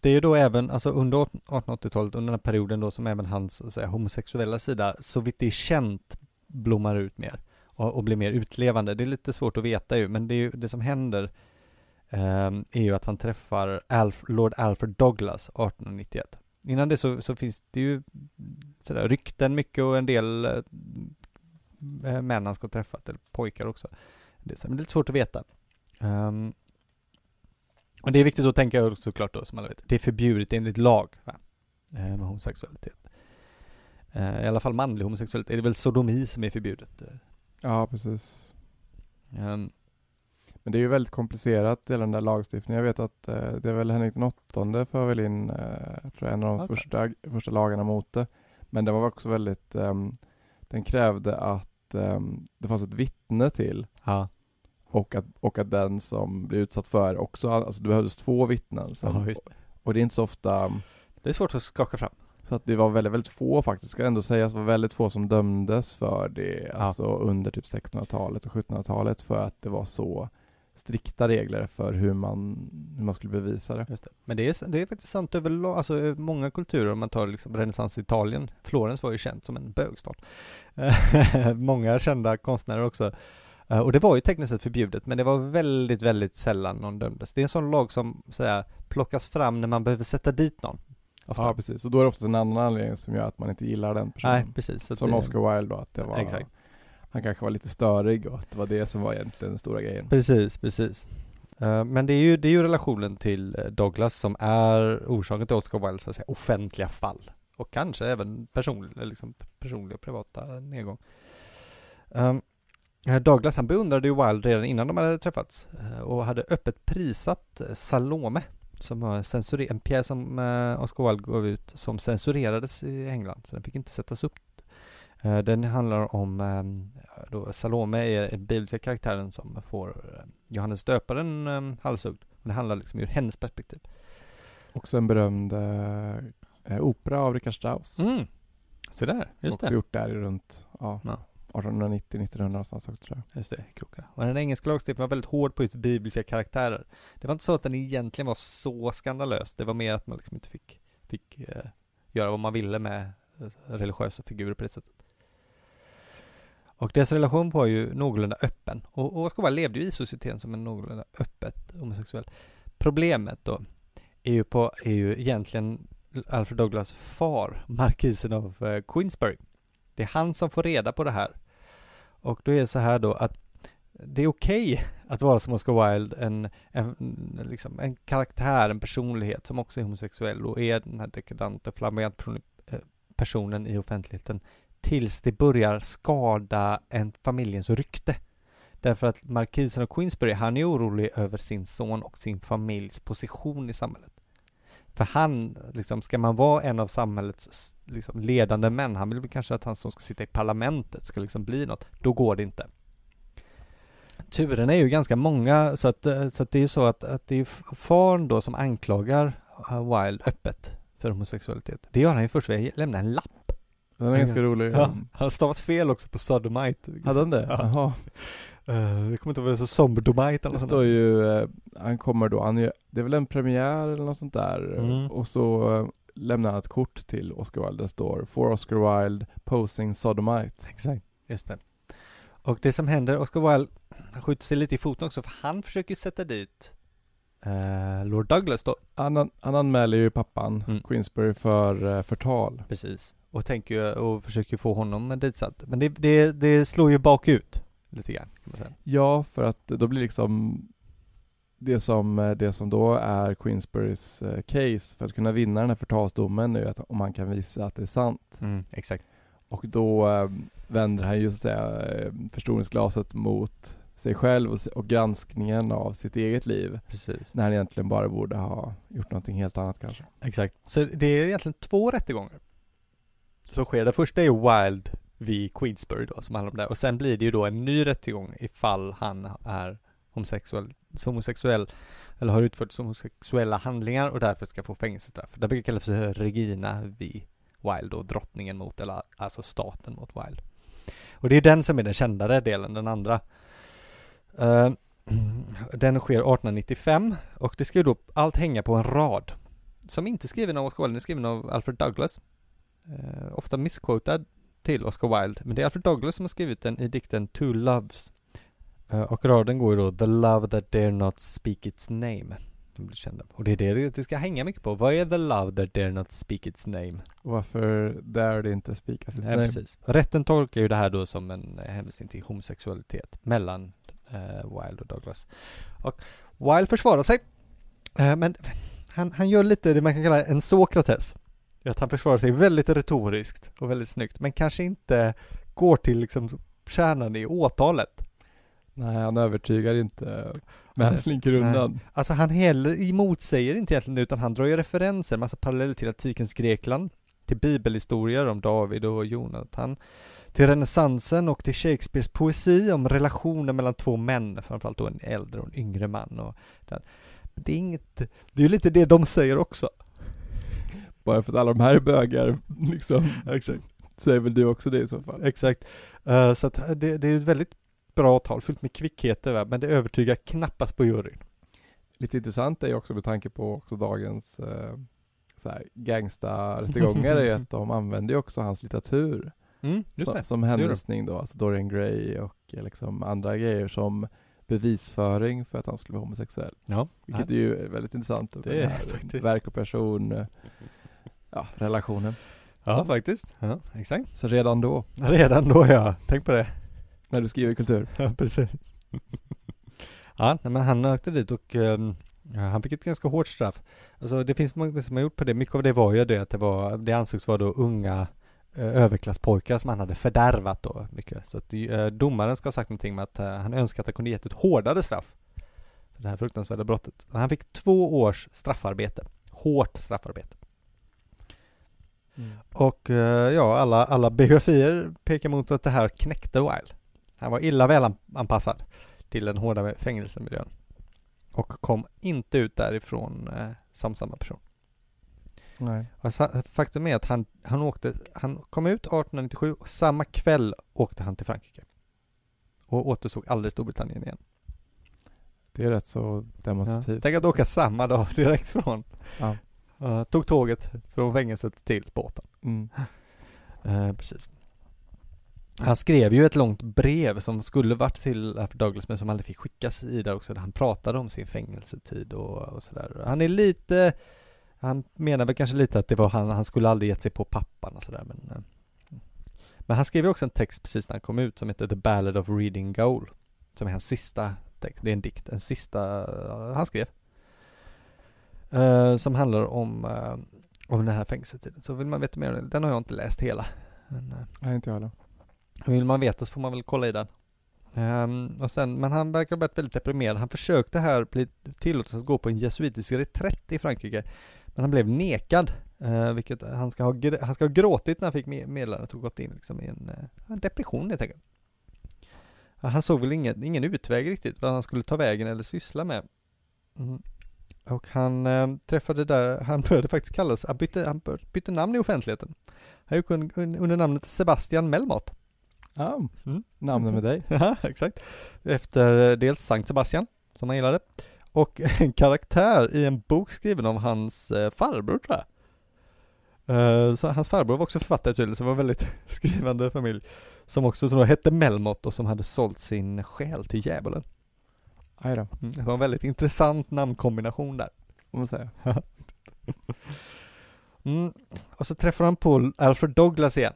[SPEAKER 1] Det är ju då även, alltså under 1880-talet, under den här perioden då som även hans så att säga, homosexuella sida, så vitt det är känt, blommar ut mer och, och blir mer utlevande. Det är lite svårt att veta ju, men det, är ju, det som händer ehm, är ju att han träffar Alf, Lord Alfred Douglas 1891. Innan det så, så finns det ju sådär, rykten mycket och en del eh, män han ska ha träffat, eller pojkar också. Det är, så här, men det är lite svårt att veta. Ehm, och det är viktigt att tänka också såklart då, som alla vet, det är förbjudet enligt lag va? Eh, med homosexualitet. Eh, I alla fall manlig homosexualitet, är det väl sodomi som är förbjudet? eh.
[SPEAKER 2] Ja, precis.
[SPEAKER 1] Ehm,
[SPEAKER 2] Men det är ju väldigt komplicerat, hela den där lagstiftningen. Jag vet att eh, det är väl Henrik den åttonde för väl in, eh, jag tror jag, en av de
[SPEAKER 1] Okej.
[SPEAKER 2] första, första lagarna mot det. Men den var också väldigt, ehm, den krävde att ehm, det fanns ett vittne till
[SPEAKER 1] ja,
[SPEAKER 2] och att, och att den som blir utsatt för också, alltså det behövdes två vittnen som
[SPEAKER 1] ja, just det.
[SPEAKER 2] Och det är inte så ofta ehm,
[SPEAKER 1] Det är svårt att skaka fram.
[SPEAKER 2] Så att det var väldigt, väldigt få faktiskt, ska ändå sägas, var väldigt få som dömdes för det, alltså under typ 1600-talet och 1700-talet för att det var så strikta regler för hur man, hur man skulle bevisa det.
[SPEAKER 1] Men det är, det är faktiskt sant överlag, alltså över många kulturer om man tar liksom renässans i Italien. Florens var ju känt som en bögstad. Eh, *laughs* många kända konstnärer också. Eh, Och det var ju tekniskt sett förbjudet, men det var väldigt, väldigt sällan någon dömdes. Det är en sån lag som så att säga, plockas fram när man behöver sätta dit någon. Ofta.
[SPEAKER 2] Ja, precis. Och då är det oftast en annan anledning som gör att man inte gillar den personen.
[SPEAKER 1] Nej, precis. Så
[SPEAKER 2] som
[SPEAKER 1] det-
[SPEAKER 2] Oscar Wilde då, att det var,
[SPEAKER 1] Exakt.
[SPEAKER 2] han kanske var lite störig och att det var det som var egentligen den stora grejen.
[SPEAKER 1] Precis, precis. Eh, Men det är, ju, det är ju relationen till eh, Douglas som är orsaken till Oscar Wildes så att säga, offentliga fall. Och kanske även personlig, liksom personliga privata nedgång. Ehm, eh, Douglas han beundrade ju Wilde redan innan de hade träffats eh, och hade öppet prisat eh, Salome som var censurer- en pjäs som eh, Oscar Wilde gav ut som censurerades i England så den fick inte sättas upp. Eh, Den handlar om ehm, då Salome är den bibliska karaktären som får eh, Johannes döparen eh, halshuggd. Och Det handlar liksom ur hennes perspektiv.
[SPEAKER 2] Också en berömd eh, eh, opera av Richard Strauss.
[SPEAKER 1] Mm. Så där,
[SPEAKER 2] som
[SPEAKER 1] just
[SPEAKER 2] också
[SPEAKER 1] det.
[SPEAKER 2] gjort där i runt ja,
[SPEAKER 1] Ja.
[SPEAKER 2] 1890-1900 någonstans också tror jag.
[SPEAKER 1] Just det, krokar. Och den engelska lagstiftningen var väldigt hård på just bibliska karaktärer. Det var inte så att den egentligen var så skandalös. Det var mer att man liksom inte fick, fick eh, göra vad man ville med eh, religiösa figurer på det sättet. Och deras relation var ju någorlunda öppen. Och, och Oscar Wilde levde ju i societeten som en någorlunda öppet homosexuell. Problemet då är ju, på, är ju egentligen Alfred Douglas far, *laughs* markisen av eh, Queensberry. Det är han som får reda på det här. Och då är det så här då att det är okej att vara som Oscar Wilde, en, en, liksom, en karaktär, en personlighet som också är homosexuell och är den här dekadanta, flamboyant person- eh, personen i offentligheten tills det börjar skada en familjens rykte. Därför att markisen av Queensberry, han är orolig över sin son och sin familjs position i samhället. För han, liksom, ska man vara en av samhällets s- liksom, ledande män, han vill väl kanske att han som ska sitta i parlamentet ska liksom bli något, då går det inte. Turerna är ju ganska många, så att, eh, så att det är ju så att, att det är ju f- farn då som anklagar eh, Wilde öppet för homosexualitet. Det gör han ju först vid att lämna en lapp.
[SPEAKER 2] Den är ganska rolig.
[SPEAKER 1] Ja, han stavas fel också på sodomite.
[SPEAKER 2] Hade han det?
[SPEAKER 1] Ja.
[SPEAKER 2] Jaha.
[SPEAKER 1] Eh, jag kommer inte ihåg vad det står, somdomite eller
[SPEAKER 2] Det
[SPEAKER 1] något
[SPEAKER 2] står
[SPEAKER 1] sånt
[SPEAKER 2] ju, eh, han kommer då, han är, det är väl en premiär eller något sånt där.
[SPEAKER 1] Mm.
[SPEAKER 2] Och så eh, lämnar han ett kort till Oscar Wilde, där står For Oscar Wilde, Posing Sodomite.
[SPEAKER 1] där. Exakt. Just det. Och det som händer, Oscar Wilde han skjuter sig lite i foten också för han försöker ju sätta dit eh, Lord Douglas då.
[SPEAKER 2] Han, an- han anmäler ju pappan,
[SPEAKER 1] Mm.
[SPEAKER 2] Queensberry, för eh, förtal.
[SPEAKER 1] Precis. Och tänker ju och försöker få honom ditsatt. Men det, det, det slår ju bakut lite grann. kan man säga.
[SPEAKER 2] Ja, för att då blir liksom det som, eh, det som då är Queensberrys eh, case för att kunna vinna den här förtalsdomen är ju att om han kan visa att det är sant.
[SPEAKER 1] Mm, Exakt.
[SPEAKER 2] Och då eh, vänder han ju så att säga eh, förstoringsglaset mot sig själv och, s- och granskningen av sitt eget liv.
[SPEAKER 1] Precis.
[SPEAKER 2] När han egentligen bara borde ha gjort någonting helt annat kanske.
[SPEAKER 1] Exakt. Så det är egentligen två rättegångar som sker. Den första är Wild v Queensbury då, som handlar om det här. Och sen blir det ju då en ny rättegång ifall han är homosexuell, homosexuell eller har utfört homosexuella handlingar och därför ska få fängelsestraff. Det brukar kallas för Regina v Wild då, drottningen mot, eller alltså staten mot Wild. Och det är den som är den kändare delen, den andra. Eh, *clears throat* den sker 1895 och det ska ju då allt hänga på en rad som inte är skriven av Oscar Wilde, den är skriven av Alfred Douglas. Eh, ofta misquotad till Oscar Wilde, men det är Alfred Douglas som har skrivit den i dikten Two Loves. Eh, och raden går ju då The Love That Dare Not Speak Its Name. De blir kända. Och det är det det ska hänga mycket på. Vad är The Love That Dare Not Speak Its Name?
[SPEAKER 2] Och varför där det inte spikas ett
[SPEAKER 1] Nej, precis. Rätten tolkar ju det här då som en eh, hänvisning till homosexualitet mellan eh, Wilde och Douglas. Och Wilde försvarar sig, eh, men han, han gör lite det man kan kalla en Sokrates. I Att han försvarar sig väldigt retoriskt och väldigt snyggt, men kanske inte går till liksom kärnan i åtalet.
[SPEAKER 2] Nej, han övertygar inte. Men han slinker undan.
[SPEAKER 1] Alltså han heller motsäger inte egentligen utan han drar ju referenser, massa paralleller till antikens Grekland, till bibelhistorier om David och Jonathan, till renässansen och till Shakespeares poesi om relationer mellan två män, framförallt då en äldre och en yngre man och den. Det är inget, det är ju lite det de säger också.
[SPEAKER 2] Bara för att alla de här är bögar liksom,
[SPEAKER 1] Exakt.
[SPEAKER 2] så är väl du också det i så fall.
[SPEAKER 1] Exakt. Eh, så att här- det, det är ju ett väldigt bra tal, fyllt med kvickheter va? men det övertygar knappast på juryn.
[SPEAKER 2] Lite intressant är ju också med tanke på också dagens eh, så här,
[SPEAKER 1] *laughs*
[SPEAKER 2] gangsta-rättegångar är ju att de använder ju också hans litteratur
[SPEAKER 1] Mm, just
[SPEAKER 2] som,
[SPEAKER 1] det.
[SPEAKER 2] som hänvisning då, alltså Dorian Gray och eh, liksom andra grejer som bevisföring för att han skulle vara homosexuell.
[SPEAKER 1] Ja.
[SPEAKER 2] Vilket är ju är väldigt intressant. Det
[SPEAKER 1] är
[SPEAKER 2] den här
[SPEAKER 1] faktiskt.
[SPEAKER 2] Verk och person, eh, ja, relationen.
[SPEAKER 1] ja, faktiskt. Ja, exakt.
[SPEAKER 2] Så redan då,
[SPEAKER 1] Redan då ja, tänk på det.
[SPEAKER 2] när du skriver kultur.
[SPEAKER 1] *laughs* Ja, precis. ja, nej, men han åkte dit och ehm, ja, han fick ett ganska hårt straff. Alltså det finns många som har gjort på det, mycket av det var ju det att det var, det ansågs vara då unga eh, överklasspojkar som han hade fördärvat då mycket. Så att eh, domaren ska ha sagt någonting med att eh, han önskar att han kunde gett ett hårdare straff för det här fruktansvärda brottet. Och han fick två års straffarbete, hårt straffarbete. Och eh, ja, alla, alla biografier pekar mot att det här knäckte Wilde. Han var illa väl an- anpassad till den hårda fängelsemiljön. Och kom inte ut därifrån eh, som samma person.
[SPEAKER 2] Nej.
[SPEAKER 1] Och sa- faktum är att han, han, åkte, han kom ut 1897 och samma kväll åkte han till Frankrike. Och återsåg aldrig Storbritannien igen.
[SPEAKER 2] Det är rätt så
[SPEAKER 1] Ja.
[SPEAKER 2] demonstrativt.
[SPEAKER 1] Tänk att åka samma dag *laughs* direkt från.
[SPEAKER 2] Ja.
[SPEAKER 1] Eh, tog tåget från fängelset till båten.
[SPEAKER 2] Mm.
[SPEAKER 1] Eh, precis. Han skrev ju ett långt brev som skulle varit till Alfred Douglas men som aldrig fick skickas i där också, där han pratade om sin fängelsetid och, och sådär. Han är lite, han menar väl kanske lite att det var han, han skulle aldrig gett sig på pappan och sådär men eh. Men han skrev ju också en text precis när han kom ut som heter The Ballad of Reading Goal Som är hans sista text, det är en dikt, en sista eh, han skrev Eh, Som handlar om, eh, om den här fängelsetiden. Så vill man veta mer om den, den har jag inte läst hela. Men, eh,
[SPEAKER 2] Nej, inte jag heller.
[SPEAKER 1] vill man veta så får man väl kolla i den. Ehm, och sen, men han verkar ha varit väldigt deprimerad. Han försökte här bli tillåtet att gå på en jesuitisk reträtt i Frankrike. Men han blev nekad. eh, vilket han ska, ha gr- han ska ha gråtit när han fick med- meddelandet och gått in liksom i en, eh, en depression helt enkelt. Ja, Han såg väl ingen, ingen utväg riktigt vad han skulle ta vägen eller syssla med. Mm. Och han eh, träffade där, han började faktiskt kallas, han bytte, han bör- bytte namn i offentligheten. Han gick un, un, under namnet Sebastian Melmot.
[SPEAKER 2] Ja,
[SPEAKER 1] Mm.
[SPEAKER 2] namnen med dig.
[SPEAKER 1] *laughs* Ja, exakt. Efter eh, dels Sankt Sebastian, som han gillade, och *laughs* en karaktär i en bok skriven av hans eh, farbror tror jag. Eh, Så hans farbror var också författare tydligen, så det var en väldigt *laughs* skrivande familj. Som också tror jag hette Melmot och som hade sålt sin själ till djävulen.
[SPEAKER 2] Aj då,
[SPEAKER 1] Mm, Det var en väldigt intressant namnkombination där.
[SPEAKER 2] får man säga.
[SPEAKER 1] Mm. Och så träffar han på Alfred Douglas igen.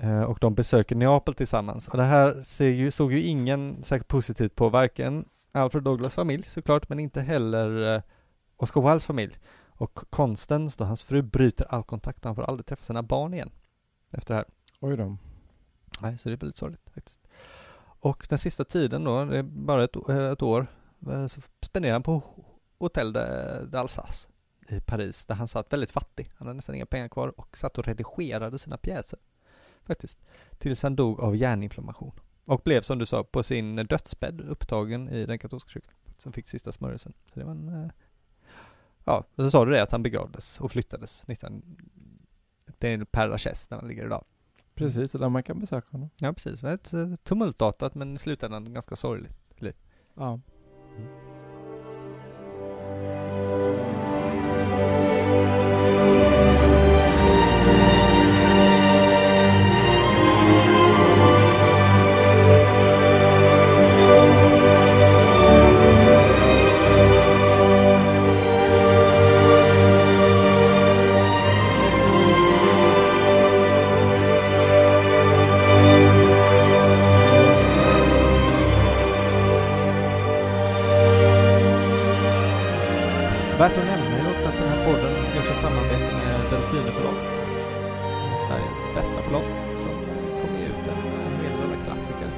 [SPEAKER 1] Eh, Och de besöker Neapel tillsammans. Och det här ser ju, såg ju ingen särskilt positivt på, varken Alfred Douglas familj såklart, men inte heller eh, Oscar Wildes familj. Och konstens då, hans fru bryter all kontakt, han får aldrig träffa sina barn igen efter det här.
[SPEAKER 2] Oj
[SPEAKER 1] Mm.
[SPEAKER 2] då.
[SPEAKER 1] Nej, så det är väldigt sorgligt faktiskt. Och den sista tiden då, det är bara ett, eh, ett år, eh, så spenderar han på Hotel de- d'Alsace i Paris, där han satt väldigt fattig. Han hade nästan inga pengar kvar och satt och redigerade sina pjäser. Faktiskt. Tills han dog av hjärninflammation. Och blev som du sa, på sin dödsbädd upptagen i den katolska kyrkan. Som fick sista smörjelsen. Så det var en... eh, Ja, och så sa du det att han begravdes och flyttades 19... Till Père Lachaise, där han ligger idag.
[SPEAKER 2] Precis, så där man kan besöka honom.
[SPEAKER 1] Ja precis, Det var ett eh, tumultartat men i slutändan ganska sorgligt.
[SPEAKER 2] Ja.
[SPEAKER 1] Värt att nämna är också att den här podden görs i samarbete med Delfine förlag. Sveriges bästa förlag som kommer ge ut en eh, hel del klassiker.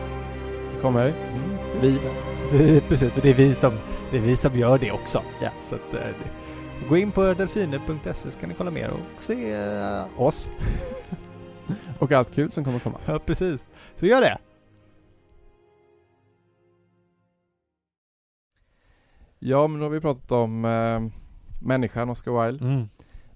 [SPEAKER 2] Kommer jag.
[SPEAKER 1] Mm,
[SPEAKER 2] Vi.
[SPEAKER 1] *laughs* Vi, precis, för det är vi som, det är vi som gör det också.
[SPEAKER 2] Ja.
[SPEAKER 1] Så att, eh, det- gå in på delfine.se så kan ni kolla mer och se eh, oss. *laughs*
[SPEAKER 2] Och allt kul som kommer komma.
[SPEAKER 1] Ja precis, så gör det!
[SPEAKER 2] Ja, men nu har vi pratat om eh, människan Oscar Wilde.
[SPEAKER 1] Mm.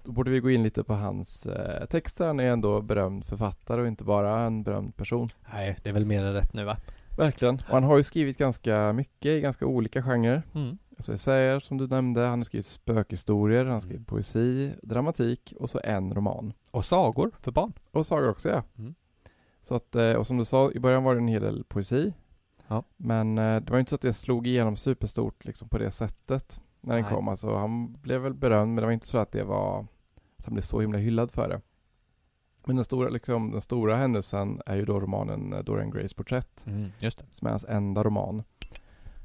[SPEAKER 2] Då borde vi gå in lite på hans eh, texter. Han är ändå berömd författare och inte bara en berömd person.
[SPEAKER 1] Nej, det är väl mer än rätt nu va?
[SPEAKER 2] Verkligen. Och han har ju skrivit ganska mycket i ganska olika genrer.
[SPEAKER 1] Mm.
[SPEAKER 2] Alltså essäer som du nämnde, han har skrivit spökhistorier, han har skrivit poesi, dramatik och så en roman.
[SPEAKER 1] Och sagor för barn.
[SPEAKER 2] Och sagor också ja.
[SPEAKER 1] Mm.
[SPEAKER 2] Så att, eh, och som du sa, i början var det en hel del poesi.
[SPEAKER 1] Ja.
[SPEAKER 2] Men eh, det var ju inte så att det slog igenom superstort liksom på det sättet när den
[SPEAKER 1] Nej.
[SPEAKER 2] kom. Alltså han blev väl berömd, men det var inte så att det var att han blev så himla hyllad för det. Men den stora, liksom, den stora händelsen är ju då romanen eh, Dorian Grays porträtt
[SPEAKER 1] Mm, just det.
[SPEAKER 2] som är hans enda roman.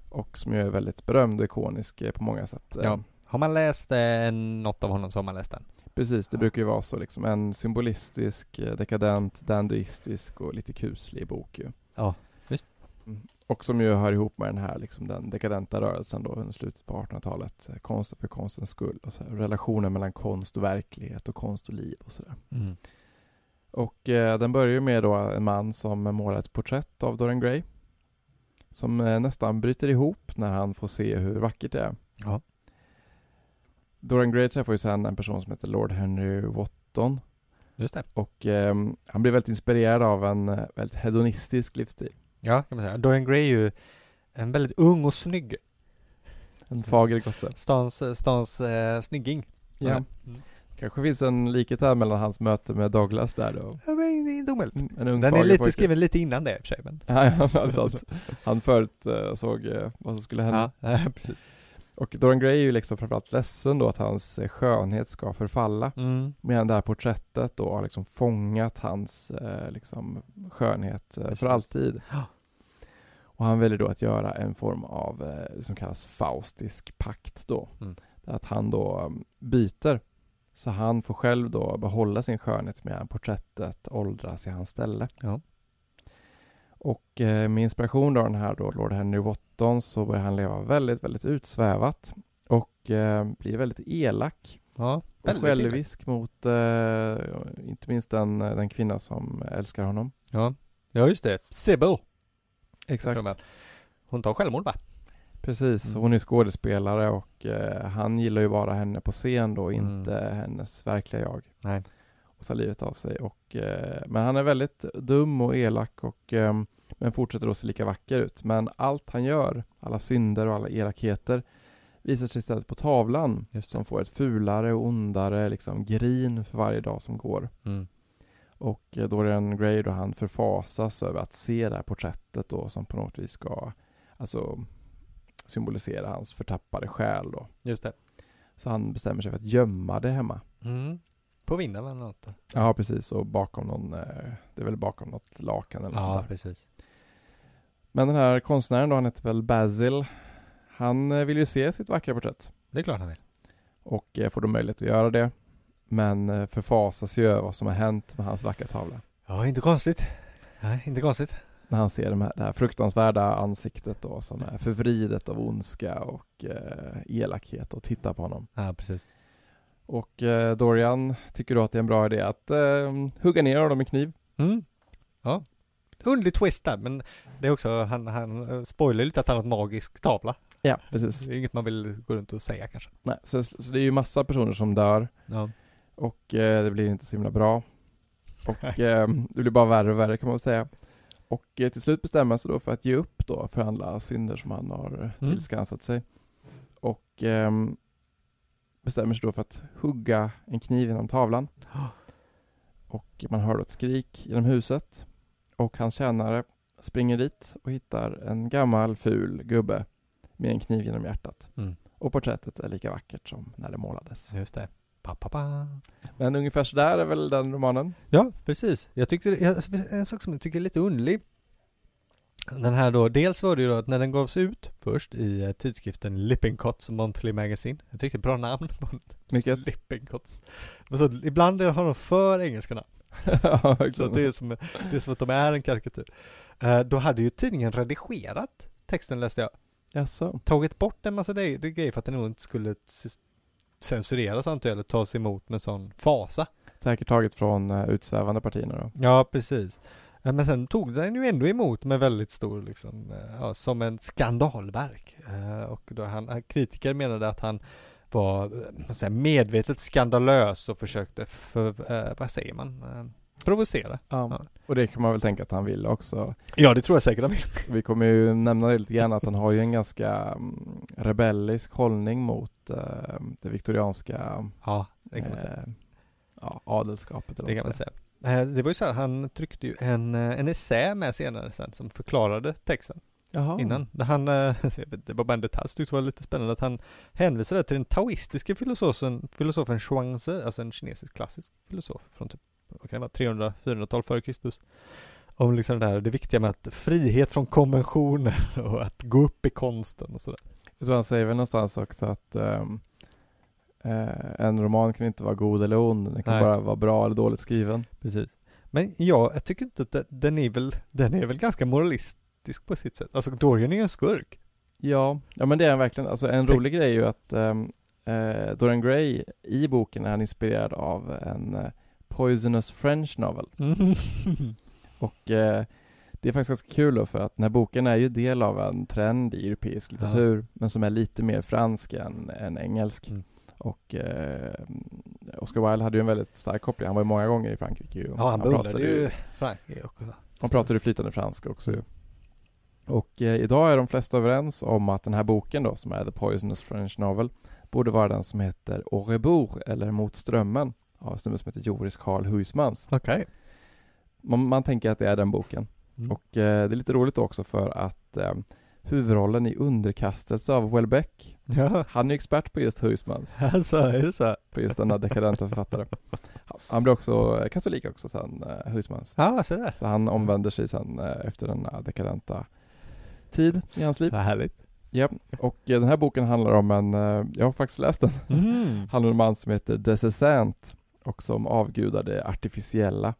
[SPEAKER 2] Och som ju är väldigt berömd och ikonisk eh, på många sätt. Eh,
[SPEAKER 1] Ja. Har man läst eh, något av honom så har man läst den.
[SPEAKER 2] Precis, det
[SPEAKER 1] Ja.
[SPEAKER 2] brukar ju vara så liksom. En symbolistisk, eh, dekadent, dandyistisk och lite kuslig bok ju.
[SPEAKER 1] Ja, visst.
[SPEAKER 2] Mm. Och som ju hör ihop med den här liksom den dekadenta rörelsen då under slutet på 1800-talet. Eh, Konsten för konstens skull och så här, relationen mellan konst och verklighet och konst och liv och sådär.
[SPEAKER 1] Mm.
[SPEAKER 2] Och eh, den börjar ju med då en man som målar ett porträtt av Dorian Gray. Som eh, nästan bryter ihop när han får se hur vackert det är.
[SPEAKER 1] Ja.
[SPEAKER 2] Dorian Gray träffar ju sen en person som heter Lord Henry Wotton.
[SPEAKER 1] Just det.
[SPEAKER 2] Och ehm, han blir väldigt inspirerad av en eh, väldigt hedonistisk livsstil.
[SPEAKER 1] Ja, kan man säga. Dorian Gray är ju en väldigt ung och snygg. Mm.
[SPEAKER 2] En fager gosse.
[SPEAKER 1] Stans, stans eh, snygging.
[SPEAKER 2] Ja.
[SPEAKER 1] Mm.
[SPEAKER 2] Kanske finns en likhet här mellan hans möte med Douglas där då.
[SPEAKER 1] Ja, men det är inte omöjligt.
[SPEAKER 2] Mm, En ung
[SPEAKER 1] Den är
[SPEAKER 2] fager
[SPEAKER 1] lite
[SPEAKER 2] pojke.
[SPEAKER 1] skriven lite innan det i och för sig. Men.
[SPEAKER 2] *laughs* Ja, ja, det är sant. Han förut eh, såg eh, vad som skulle hända.
[SPEAKER 1] Ja, *laughs* ja, precis.
[SPEAKER 2] Och Dorian Gray är ju liksom framförallt ledsen då att hans eh, skönhet ska förfalla.
[SPEAKER 1] Mm.
[SPEAKER 2] Medan det här porträttet då har liksom fångat hans eh, liksom skönhet eh,
[SPEAKER 1] Precis.
[SPEAKER 2] för alltid.
[SPEAKER 1] Ja.
[SPEAKER 2] Och han väljer då att göra en form av eh, som kallas faustisk pakt då.
[SPEAKER 1] Mm.
[SPEAKER 2] Där Att han då eh, byter. Så han får själv då behålla sin skönhet medan porträttet åldras i hans ställe.
[SPEAKER 1] Ja.
[SPEAKER 2] Och eh, med inspiration av den här då, Lord Henry Wotton, så börjar han leva väldigt, väldigt utsvävat. Och eh, blir väldigt elak
[SPEAKER 1] ja. väldigt
[SPEAKER 2] och
[SPEAKER 1] illa.
[SPEAKER 2] självisk mot eh, inte minst den, eh, den kvinna som älskar honom.
[SPEAKER 1] Ja. ja, just det. Sybil.
[SPEAKER 2] Exakt.
[SPEAKER 1] Tror jag. Hon tar självmord va?
[SPEAKER 2] Precis,
[SPEAKER 1] Mm.
[SPEAKER 2] hon är skådespelare och eh, han gillar ju bara henne på scen då,
[SPEAKER 1] Mm.
[SPEAKER 2] inte hennes verkliga jag.
[SPEAKER 1] Nej.
[SPEAKER 2] Och tar livet av sig. Och, eh, men han är väldigt dum och elak och ehm, men fortsätter då se lika vacker ut. Men allt han gör, alla synder och alla elakheter visar sig istället på tavlan
[SPEAKER 1] Just
[SPEAKER 2] som får ett fulare och ondare liksom, grin för varje dag som går.
[SPEAKER 1] Mm.
[SPEAKER 2] Och eh, Dorian Gray då han förfasas över att se det här porträttet då som på något vis ska alltså symbolisera hans förtappade själ då.
[SPEAKER 1] Just det.
[SPEAKER 2] Så han bestämmer sig för att gömma det hemma.
[SPEAKER 1] Mm. På vinden eller något.
[SPEAKER 2] Ja precis, och bakom någon, eh, det är väl bakom något lakan eller något sånt där.
[SPEAKER 1] precis.
[SPEAKER 2] Men den här konstnären då, han heter väl Basil. Han eh, vill ju se sitt vackra porträtt
[SPEAKER 1] Det är klart han vill.
[SPEAKER 2] och eh, får då möjlighet att göra det. Men eh, förfasas ju över vad som har hänt med hans vackra tavla.
[SPEAKER 1] Ja, inte konstigt. Nej, inte konstigt.
[SPEAKER 2] När han ser de här, det här fruktansvärda ansiktet då som är förvridet av ondska och eh, elakhet och tittar på honom.
[SPEAKER 1] Ja, precis.
[SPEAKER 2] Och eh, Dorian tycker då att det är en bra idé att eh, hugga ner honom med kniv.
[SPEAKER 1] Mm. Ja. Underlig twist där, men det är också, han, han eh, spoilar lite att han har ett magisk tavla.
[SPEAKER 2] Ja, precis.
[SPEAKER 1] Det är inget man vill gå runt och säga kanske.
[SPEAKER 2] Nej, så, så det är ju massa personer som dör
[SPEAKER 1] Ja.
[SPEAKER 2] och eh, det blir inte så himla bra. Och eh, det blir bara värre och värre kan man väl säga. Och eh, till slut bestämmer han sig då för att ge upp då för alla synder som han har eh,
[SPEAKER 1] Mm.
[SPEAKER 2] tillskansat sig. Och ehm, bestämmer sig då för att hugga en kniv
[SPEAKER 1] *gasps*
[SPEAKER 2] genom tavlan. Och man hör då ett skrik genom huset. Och hans tjänare springer dit och hittar en gammal ful gubbe med en kniv genom hjärtat.
[SPEAKER 1] Mm.
[SPEAKER 2] Och porträttet är lika vackert som när det målades.
[SPEAKER 1] Just det. Pa, pa, pa.
[SPEAKER 2] Men ungefär sådär är väl den romanen.
[SPEAKER 1] Ja, precis. Jag tyckte, jag, en sak som jag tycker är lite underlig. Den här då, dels var det ju då att när den gavs ut först i eh, tidskriften Lippincott's Monthly Magazine. Ett riktigt bra namn *laughs* på en
[SPEAKER 2] Mycket.
[SPEAKER 1] Lippincott's. Men så ibland har de för engelska namn.
[SPEAKER 2] *laughs* ja,
[SPEAKER 1] Så att det, är som, det är som att de är en karikatyr. Eh, då hade ju tidningen redigerat texten läste jag.
[SPEAKER 2] Jaså?
[SPEAKER 1] Tagit bort en massa de- de grejer för att den nog inte skulle c- censureras antar jag, eller tas emot med sån fasa.
[SPEAKER 2] Säkert taget från eh, utsvävande partierna då.
[SPEAKER 1] Ja, precis. Eh, Ja, men sen tog den ju ändå emot med väldigt stor, liksom, eh, ja, som en skandalverk. Eh, Och då han, han- kritiker menade att han var eh, vad säger jag, medvetet skandalös och försökte, för, eh, vad säger man, Eh, provocera.
[SPEAKER 2] Ja. Och det kan man väl tänka att han vill också.
[SPEAKER 1] Ja, det tror jag säkert han vill.
[SPEAKER 2] Vi kommer ju nämna det lite grann att han har ju en ganska mm, rebellisk hållning mot eh, det viktorianska
[SPEAKER 1] Ja, det kan man säga.
[SPEAKER 2] eh, ja, adelskapet. Eller
[SPEAKER 1] Det
[SPEAKER 2] vad
[SPEAKER 1] kan
[SPEAKER 2] man
[SPEAKER 1] man
[SPEAKER 2] säger.
[SPEAKER 1] säga. Eh, Det var ju så här, han tryckte ju en, eh, en essä med senare sen som förklarade texten
[SPEAKER 2] Jaha.
[SPEAKER 1] innan. Där han, eh, *laughs* jag vet, det var bara en detalj som tyckte var lite spännande, att han hänvisade till den taoistiske filosofen, filosofen Zhuangzi, alltså en kinesisk klassisk filosof från typ, vad kan det vara, 300-400-tal före Kristus. Om liksom det här, det viktiga med att frihet från konventioner *laughs* och att gå upp i konsten och sådär.
[SPEAKER 2] Så han säger väl någonstans också att ehm, eh, en roman kan inte vara god eller ond, den kan
[SPEAKER 1] Nej.
[SPEAKER 2] bara vara bra eller dåligt skriven.
[SPEAKER 1] Precis. Men ja, jag tycker inte att det- den är väl, den är väl ganska moralistisk på sitt sätt. Alltså Dorian är ju en skurk.
[SPEAKER 2] Ja, ja men det är han verkligen. Alltså en
[SPEAKER 1] Tänk-
[SPEAKER 2] rolig grej är ju att ehm, eh, Dorian Gray i boken är han inspirerad av en eh, Poisonous French novel.
[SPEAKER 1] Mm.
[SPEAKER 2] Och eh, det är faktiskt ganska kul då för att den här boken är ju del av en trend i europeisk
[SPEAKER 1] Ja.
[SPEAKER 2] litteratur, men som är lite mer fransk än, än engelsk.
[SPEAKER 1] Mm.
[SPEAKER 2] Och eh, Oscar Wilde hade ju en väldigt stark koppling, han var ju många gånger i Frankrike ju.
[SPEAKER 1] Ja, han beundrade
[SPEAKER 2] pratade
[SPEAKER 1] ju Frankrike och
[SPEAKER 2] Han pratade ju flytande franska också ju. Och eh, idag är de flesta överens om att den här boken då, som är The Poisonous French Novel, borde vara den som heter Au rebours, eller Mot strömmen, av en snubbe som heter Joris Karl Huysmans.
[SPEAKER 1] Okej.
[SPEAKER 2] Man, man tänker att det är den boken.
[SPEAKER 1] Mm.
[SPEAKER 2] Och eh, det är lite roligt också för att eh, huvudrollen i Underkastelse av Welbeck,
[SPEAKER 1] Ja,
[SPEAKER 2] han är ju expert på just Huysmans,
[SPEAKER 1] alltså är det så? här?
[SPEAKER 2] på just denna dekadenta författare. Han blir också katolik också sen, eh, Huysmans.
[SPEAKER 1] Ja, så där.
[SPEAKER 2] Så han omvänder sig sen eh, efter denna dekadenta tid i hans liv.
[SPEAKER 1] Vad härligt.
[SPEAKER 2] Och eh, den här boken handlar om en, eh, jag har faktiskt läst den,
[SPEAKER 1] Mm.
[SPEAKER 2] handlar om en man som heter Desessant och som avgudar det artificiella.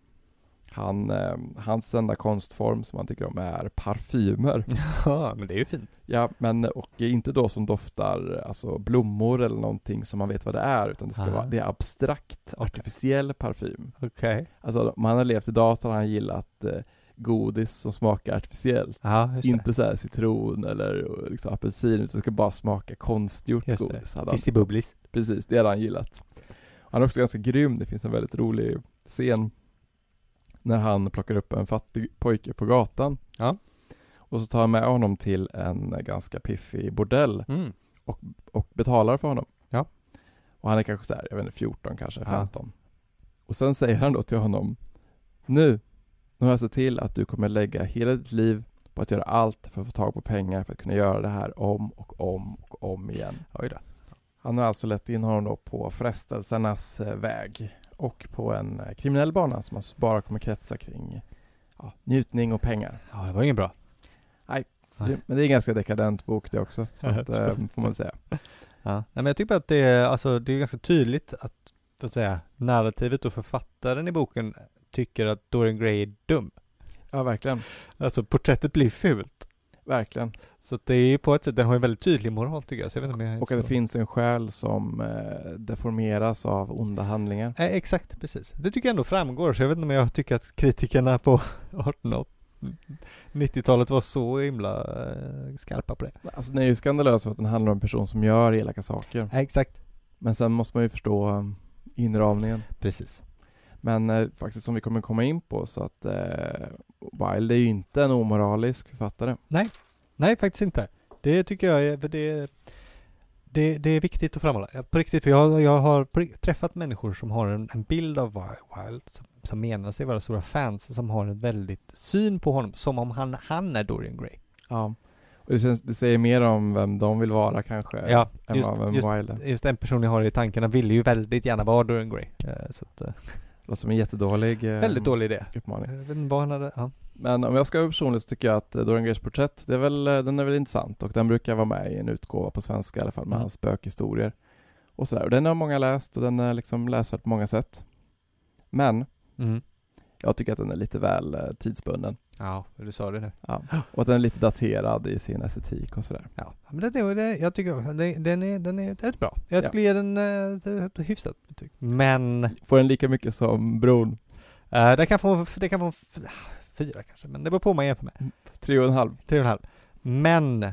[SPEAKER 2] Han, eh, hans enda konstform som han tycker om är parfymer.
[SPEAKER 1] Ja, men det är ju fint.
[SPEAKER 2] Ja, men eh, och inte då som doftar alltså blommor eller någonting som man vet vad det är, utan det ska
[SPEAKER 1] Aha.
[SPEAKER 2] vara, det är abstrakt,
[SPEAKER 1] Okej.
[SPEAKER 2] artificiell parfym.
[SPEAKER 1] Okej.
[SPEAKER 2] Alltså om han har levt idag så har han gillat eh, godis som smakar artificiellt.
[SPEAKER 1] Ja, just det.
[SPEAKER 2] Inte så här citron eller liksom apelsin, utan det ska bara smaka konstgjort
[SPEAKER 1] Just det.
[SPEAKER 2] godis. hade han-
[SPEAKER 1] Finns det bubblis?
[SPEAKER 2] Precis, det hade han gillat. Han är också ganska grym, det finns en väldigt rolig scen när han plockar upp en fattig pojke på gatan.
[SPEAKER 1] Ja.
[SPEAKER 2] Och så tar han med honom till en ganska piffig bordell
[SPEAKER 1] Mm.
[SPEAKER 2] och betalar för honom.
[SPEAKER 1] Ja.
[SPEAKER 2] Och han är kanske så här, jag vet inte, 14 kanske,
[SPEAKER 1] Ja.
[SPEAKER 2] 15. Och sen säger han då till honom, nu, nu har jag sett till att du kommer lägga hela ditt liv på att göra allt för att få tag på pengar för att kunna göra det här om och om och om igen.
[SPEAKER 1] Oj då.
[SPEAKER 2] Han har alltså lett in honom då på frestelsernas eh, väg och på en eh, kriminell bana som alltså bara kommer kretsa kring ja, njutning och pengar.
[SPEAKER 1] Ja, det var ingen bra.
[SPEAKER 2] Så
[SPEAKER 1] Nej.
[SPEAKER 2] det, men det är en ganska dekadent bok det också,
[SPEAKER 1] *laughs*
[SPEAKER 2] så att, eh, får man väl säga.
[SPEAKER 1] Ja. Nej, men jag tycker bara att det är, alltså, det är ganska tydligt att, så att säga, narrativet och författaren i boken tycker att Dorian Gray är dum.
[SPEAKER 2] Ja, verkligen.
[SPEAKER 1] Alltså porträttet blir fult.
[SPEAKER 2] Verkligen.
[SPEAKER 1] Så att det är på ett sätt, den har en väldigt tydlig moral tycker jag. Så jag vet inte om jag är
[SPEAKER 2] Och att det
[SPEAKER 1] så-
[SPEAKER 2] finns en själ som eh, deformeras av onda handlingar.
[SPEAKER 1] Eh, exakt, precis. Det tycker jag ändå framgår, så jag vet inte om jag tycker att kritikerna på *laughs* 1890-talet var så himla eh, skarpa på det.
[SPEAKER 2] Alltså den är ju skandalös för att den handlar om en person som gör elaka saker.
[SPEAKER 1] Eh, exakt,
[SPEAKER 2] Men sen måste man ju förstå eh, inramningen.
[SPEAKER 1] precis.
[SPEAKER 2] Men eh, faktiskt som vi kommer komma in på så att eh, Wilde är ju inte en omoralisk författare.
[SPEAKER 1] Nej, faktiskt inte. Det tycker jag är, för det, det, det är viktigt att framhålla. Ja, På riktigt, för jag, jag har på ri- träffat människor som har en, en bild av Wi- Wilde, som, som menar sig vara stora fans, som har en väldigt syn på honom, som om han, han är Dorian Gray.
[SPEAKER 2] Ja. Och det, känns, det säger mer om vem de vill vara kanske,
[SPEAKER 1] Ja,
[SPEAKER 2] än
[SPEAKER 1] just,
[SPEAKER 2] vad vem
[SPEAKER 1] just,
[SPEAKER 2] Wilde är.
[SPEAKER 1] just den person jag har i tankarna ville ju väldigt gärna vara Dorian Gray. Eh, så att, eh,
[SPEAKER 2] Låter som en jättedålig eh,
[SPEAKER 1] väldigt dålig idé.
[SPEAKER 2] uppmaning.
[SPEAKER 1] Ehm, Jag vet inte vad han hade, ja.
[SPEAKER 2] Men om jag ska vara personlig så tycker jag att eh, Dorian Grays porträtt, det är väl, eh, den är väl intressant och den brukar vara med i en utgåva på svenska i alla fall med
[SPEAKER 1] Mm.
[SPEAKER 2] hans spökhistorier. Och sådär. Och den har många läst och den är liksom läsvärd på många sätt. Men
[SPEAKER 1] Mm.
[SPEAKER 2] jag tycker att den är lite väl eh, tidsbunden.
[SPEAKER 1] Ja, du sa det nu.
[SPEAKER 2] Ja. Och att den är lite daterad i sin estetik och sådär.
[SPEAKER 1] Ja, men det, det, det, jag tycker det, den, är, den är rätt bra. Jag
[SPEAKER 2] Ja.
[SPEAKER 1] skulle ge den eh, ett hyfsat betyg. Men
[SPEAKER 2] Får den lika mycket som Bron?
[SPEAKER 1] eh, det, kan få, det kan få f- fyra kanske, men det beror på vad man jämför med.
[SPEAKER 2] Tre och en halv.
[SPEAKER 1] Tre och en halv. Men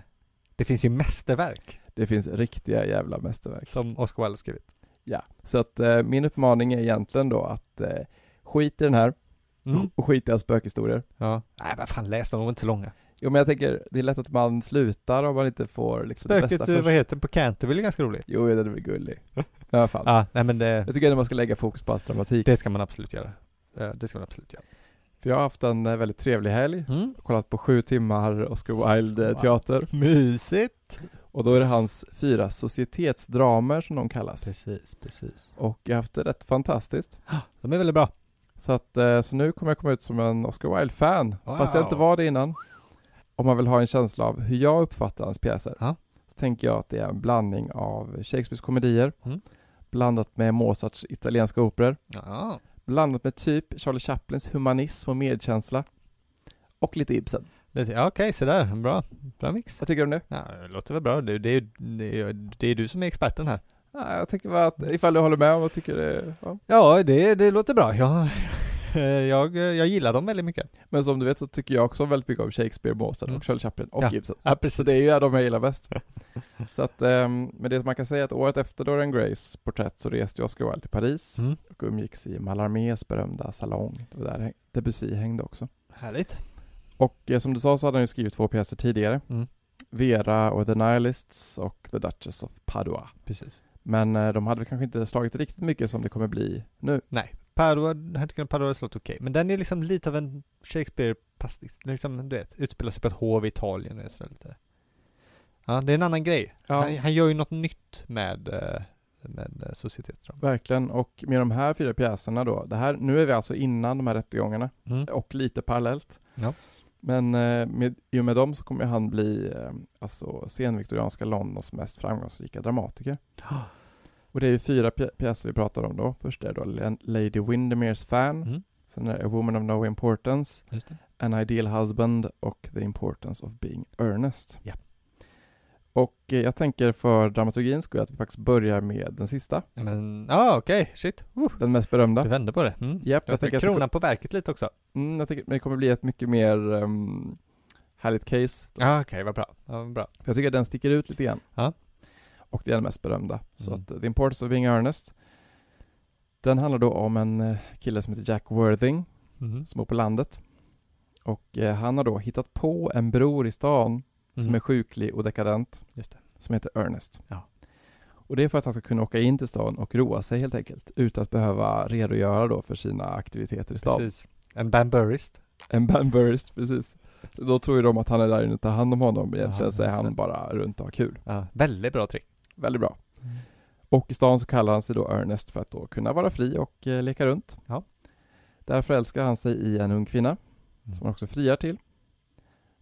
[SPEAKER 1] det finns ju mästerverk
[SPEAKER 2] Det finns riktiga jävla mästerverk.
[SPEAKER 1] som Oscar Wilde skrivit.
[SPEAKER 2] Ja, så att eh, min uppmaning är egentligen då att eh, skit i den här
[SPEAKER 1] Mm.
[SPEAKER 2] och skit i hans spökhistorier.
[SPEAKER 1] Ja. Nej men fan läs dem, de är inte så långa.
[SPEAKER 2] Jo men jag tänker, det är lätt att man slutar om man inte får liksom det
[SPEAKER 1] Spöket,
[SPEAKER 2] bästa
[SPEAKER 1] eh,
[SPEAKER 2] först.
[SPEAKER 1] vad heter den, på Canterville är ganska rolig.
[SPEAKER 2] Jo, den är
[SPEAKER 1] *laughs*
[SPEAKER 2] väl gullig. I alla fall.
[SPEAKER 1] Ja, nej men det,
[SPEAKER 2] Jag tycker ändå man ska lägga fokus på hans dramatik.
[SPEAKER 1] det ska man absolut göra. Eh, Det ska man absolut göra.
[SPEAKER 2] För jag har haft en eh, väldigt trevlig helg.
[SPEAKER 1] Mm.
[SPEAKER 2] Kollat på sju timmar Oscar Wilde eh,
[SPEAKER 1] Wow.
[SPEAKER 2] teater.
[SPEAKER 1] Mysigt!
[SPEAKER 2] Och då är det hans fyra societetsdramer som de kallas.
[SPEAKER 1] Precis, precis.
[SPEAKER 2] Och jag har haft det rätt fantastiskt.
[SPEAKER 1] De är väldigt bra.
[SPEAKER 2] Så att, eh, så nu kommer jag komma ut som en Oscar Wilde-fan.
[SPEAKER 1] Wow.
[SPEAKER 2] Fast jag inte var det innan. Om man vill ha en känsla av hur jag uppfattar hans pjäser.
[SPEAKER 1] Ja.
[SPEAKER 2] Så tänker jag att det är en blandning av Shakespeares komedier.
[SPEAKER 1] Mm.
[SPEAKER 2] Blandat med Mozarts italienska operor.
[SPEAKER 1] Ja.
[SPEAKER 2] Blandat med typ Charlie Chaplins humanism och medkänsla. Och lite Ibsen.
[SPEAKER 1] Det- ja, Okej, så där. Bra. Bra mix.
[SPEAKER 2] Vad tycker du om det?
[SPEAKER 1] Ja, det låter väl bra. Det, det, är, det, är, det är du som är experten här.
[SPEAKER 2] Ja, jag tänker bara att ifall du håller med om vad tycker det ja.
[SPEAKER 1] Ja, det, det låter bra. Jag, *laughs* jag, jag gillar dem väldigt mycket.
[SPEAKER 2] Men som du vet så tycker jag också väldigt mycket om Shakespeare, Mozart
[SPEAKER 1] Mm.
[SPEAKER 2] och Charlie Chaplin och
[SPEAKER 1] Ja.
[SPEAKER 2] Ibsen.
[SPEAKER 1] Ja,
[SPEAKER 2] Så
[SPEAKER 1] precis.
[SPEAKER 2] det är ju de jag gillar bäst. så att, ehm, men det man kan säga är att året efter Dorian Grays porträtt så reste ju Oscar Wilde till Paris
[SPEAKER 1] Mm.
[SPEAKER 2] och umgicks i Mallarmés berömda salong. Det var där häng- Debussy hängde också.
[SPEAKER 1] Härligt.
[SPEAKER 2] Och eh, som du sa så hade han ju skrivit två pjäser tidigare.
[SPEAKER 1] Mm.
[SPEAKER 2] Vera och The Nihilists och The Duchess of Padua.
[SPEAKER 1] Precis.
[SPEAKER 2] Men eh, de hade väl kanske inte slagit riktigt mycket som det kommer bli nu.
[SPEAKER 1] Nej, Padua, hertigen av Paduas låter okej. Men den är liksom lite av en Shakespeare-pastisch. Den Liksom, du vet, utspelar sig på ett hov i Italien och sådär lite. Ja, det är en annan grej. Han, han gör ju något nytt med, eh, med eh, societetsdrama.
[SPEAKER 2] Verkligen, och med de här fyra pjäserna då, det här, nu är vi alltså innan de här rättegångarna
[SPEAKER 1] Mm.
[SPEAKER 2] *laughs* och lite parallellt.
[SPEAKER 1] Ja.
[SPEAKER 2] Men eh, med, i och med dem så kommer ju han bli eh, alltså, senviktorianska Londons mest
[SPEAKER 1] *gasps*
[SPEAKER 2] framgångsrika dramatiker. Och det är ju fyra pjä- pjäser vi pratar om då. Först är då Len- Lady Windermere's Fan,
[SPEAKER 1] Mm.
[SPEAKER 2] sen är det A Woman of No Importance,
[SPEAKER 1] Just det.
[SPEAKER 2] An Ideal Husband och The Importance of Being Earnest.
[SPEAKER 1] Ja.
[SPEAKER 2] Och eh, jag tänker för dramaturgins skull att vi faktiskt börjar med den sista,
[SPEAKER 1] Men, ja ah, okej, shit. Uh,
[SPEAKER 2] den mest berömda.
[SPEAKER 1] Du vände på det. Mm.
[SPEAKER 2] Japp, jag tänker att det
[SPEAKER 1] Kronan på verket lite också.
[SPEAKER 2] Mm, jag tycker, men det kommer bli ett mycket mer ehm, härligt case.
[SPEAKER 1] Ja, ah, okej, vad bra. Ja, vad bra.
[SPEAKER 2] För jag tycker att den sticker ut lite grann.
[SPEAKER 1] Ja.
[SPEAKER 2] Och det är den mest berömda. Så
[SPEAKER 1] Mm.
[SPEAKER 2] att eh, The Importance of Being Earnest. Den handlar då om en eh, kille som heter Jack Worthing
[SPEAKER 1] mm-hmm.
[SPEAKER 2] som bor på landet. Och eh, han har då hittat på en bror i stan
[SPEAKER 1] Mm-hmm.
[SPEAKER 2] som är sjuklig och dekadent
[SPEAKER 1] Mm. Just det.
[SPEAKER 2] som heter Ernest.
[SPEAKER 1] Ja.
[SPEAKER 2] Och det är för att han ska kunna åka in till stan och roa sig helt enkelt utan att behöva redogöra då för sina aktiviteter i stan.
[SPEAKER 1] Precis. En Bamburist.
[SPEAKER 2] En Bamburist, precis. Då tror ju de att han är där inne och tar hand om honom,
[SPEAKER 1] Ja,
[SPEAKER 2] egentligen så är
[SPEAKER 1] just det.
[SPEAKER 2] han bara runt och har kul.
[SPEAKER 1] Ja, väldigt bra trick.
[SPEAKER 2] Väldigt bra.
[SPEAKER 1] Mm.
[SPEAKER 2] Och i stan så kallar han sig då Ernest för att då kunna vara fri och eh, leka runt.
[SPEAKER 1] Ja.
[SPEAKER 2] Där förälskar han sig i en ung kvinna, Mm. som han också friar till.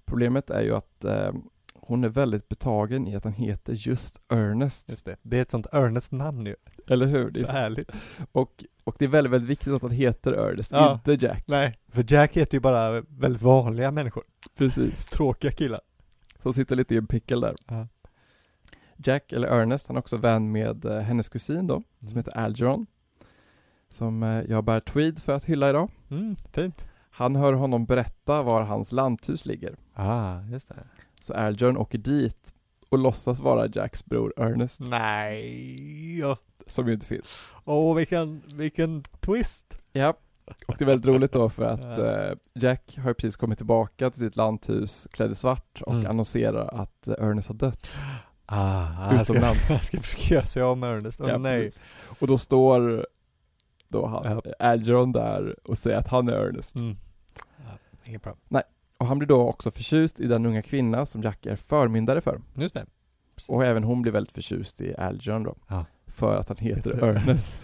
[SPEAKER 2] Problemet är ju att eh, hon är väldigt betagen i att han heter just Ernest.
[SPEAKER 1] Just det. Det är ett sånt Ernest namn ju.
[SPEAKER 2] Eller hur? Det
[SPEAKER 1] Det är så
[SPEAKER 2] är, *laughs*
[SPEAKER 1] härligt.
[SPEAKER 2] och, och det är väldigt, väldigt viktigt att han heter Ernest,
[SPEAKER 1] Ja.
[SPEAKER 2] inte Jack.
[SPEAKER 1] Nej, för Jack heter ju bara väldigt vanliga människor.
[SPEAKER 2] Precis.
[SPEAKER 1] Tråkiga killar.
[SPEAKER 2] Som sitter lite i en pickel där.
[SPEAKER 1] Ja.
[SPEAKER 2] Jack, eller Ernest, han är också vän med eh, hennes kusin då, som heter Algeron. Som eh, jag bär tweed för att hylla idag.
[SPEAKER 1] Mm, fint.
[SPEAKER 2] Han hör honom berätta var hans lanthus ligger.
[SPEAKER 1] Ah, just det.
[SPEAKER 2] Så Algeron åker dit och låtsas vara Jacks bror Ernest,
[SPEAKER 1] Nej. ja.
[SPEAKER 2] som ju inte finns.
[SPEAKER 1] Åh, vilken, vilken twist.
[SPEAKER 2] Ja. Och det är väldigt roligt då för att
[SPEAKER 1] Ja.
[SPEAKER 2] eh, Jack har ju precis kommit tillbaka till sitt lanthus klädd i svart och
[SPEAKER 1] Mm.
[SPEAKER 2] annonserar att eh, Ernest har dött.
[SPEAKER 1] Ah,
[SPEAKER 2] han
[SPEAKER 1] *laughs*
[SPEAKER 2] ska-
[SPEAKER 1] utomlands. Han ska försöka göra sig av med Ernest. Åh
[SPEAKER 2] Ja,
[SPEAKER 1] nej.
[SPEAKER 2] precis. Och då står då han,
[SPEAKER 1] Ja.
[SPEAKER 2] Algeron där och säger att han är Ernest.
[SPEAKER 1] Mm. Ja, Inget bra.
[SPEAKER 2] Och han blir då också förtjust i den unga kvinna som Jack är förmyndare för.
[SPEAKER 1] Just det.
[SPEAKER 2] Och även hon blir väldigt förtjust i Algeron då.
[SPEAKER 1] Ja.
[SPEAKER 2] För att han heter
[SPEAKER 1] Heter
[SPEAKER 2] Ernest.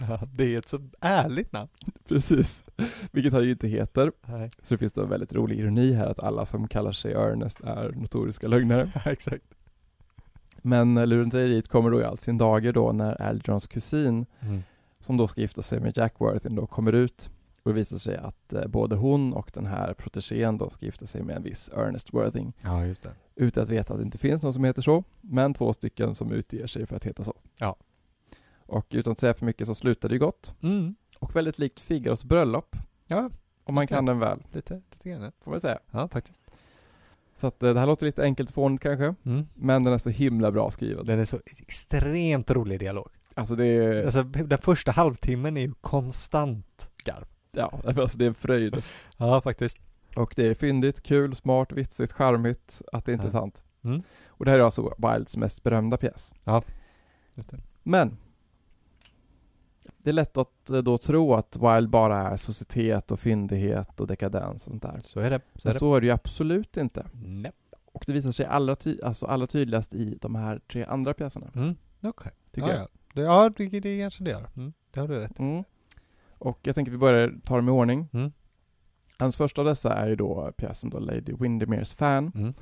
[SPEAKER 1] *laughs*
[SPEAKER 2] *laughs*
[SPEAKER 1] Ja, Det är ett så ärligt namn.
[SPEAKER 2] Precis. Vilket han ju inte heter.
[SPEAKER 1] *laughs* Nej,
[SPEAKER 2] Så det finns då en väldigt rolig ironi här att alla som kallar sig Ernest är notoriska lögnare.
[SPEAKER 1] exakt.
[SPEAKER 2] Men eh, lurendrejeriet kommer då i all sin dager då när Algerons kusin
[SPEAKER 1] Mm.
[SPEAKER 2] som då ska gifta sig med Jack Worthing då kommer ut och det visar sig att eh, både hon och den här protegén då ska gifta sig med en viss Ernest Worthing
[SPEAKER 1] Ja, just det.
[SPEAKER 2] utan att veta att det inte finns någon som heter så, men två stycken som utger sig för att heta så.
[SPEAKER 1] Ja.
[SPEAKER 2] Och utan att säga för mycket så slutar det ju gott
[SPEAKER 1] Mm.
[SPEAKER 2] och väldigt likt Figaros bröllop
[SPEAKER 1] Ja.
[SPEAKER 2] Om man kan den väl,
[SPEAKER 1] Lite, lite grann.
[SPEAKER 2] får man säga.
[SPEAKER 1] Ja, faktiskt.
[SPEAKER 2] Så att eh, det här låter lite enkelt och fånigt kanske,
[SPEAKER 1] Mm.
[SPEAKER 2] men den är så himla bra skriven.
[SPEAKER 1] Den är så extremt rolig dialog.
[SPEAKER 2] Alltså det är,
[SPEAKER 1] Alltså den första halvtimmen är ju konstant garv.
[SPEAKER 2] ja, *laughs* alltså det är en fröjd.
[SPEAKER 1] Ja, faktiskt.
[SPEAKER 2] Och det är fyndigt, kul, smart, vitsigt, charmigt, att det är
[SPEAKER 1] Ja.
[SPEAKER 2] intressant.
[SPEAKER 1] Mm.
[SPEAKER 2] Och det här är alltså Wildes mest berömda pjäs.
[SPEAKER 1] Just det.
[SPEAKER 2] Men det är lätt att eh, då tro att Wilde bara är societet och fyndighet och dekadens och sånt där.
[SPEAKER 1] Så är det. Så är
[SPEAKER 2] Men
[SPEAKER 1] det.
[SPEAKER 2] så är det ju absolut inte.
[SPEAKER 1] Nej.
[SPEAKER 2] Och det visar sig allra, ty- alltså allra tydligast i de här tre andra pjäserna,
[SPEAKER 1] Mm. Okej.
[SPEAKER 2] tycker
[SPEAKER 1] ja,
[SPEAKER 2] jag.
[SPEAKER 1] Ja, det, ja det, det kanske det gör. Mm. Det har du rätt i.
[SPEAKER 2] Mm. Och jag tänker vi börjar ta dem i ordning.
[SPEAKER 1] Mm.
[SPEAKER 2] Hans första av dessa är ju då pjäsen då Lady Windermere's fan,
[SPEAKER 1] Mm.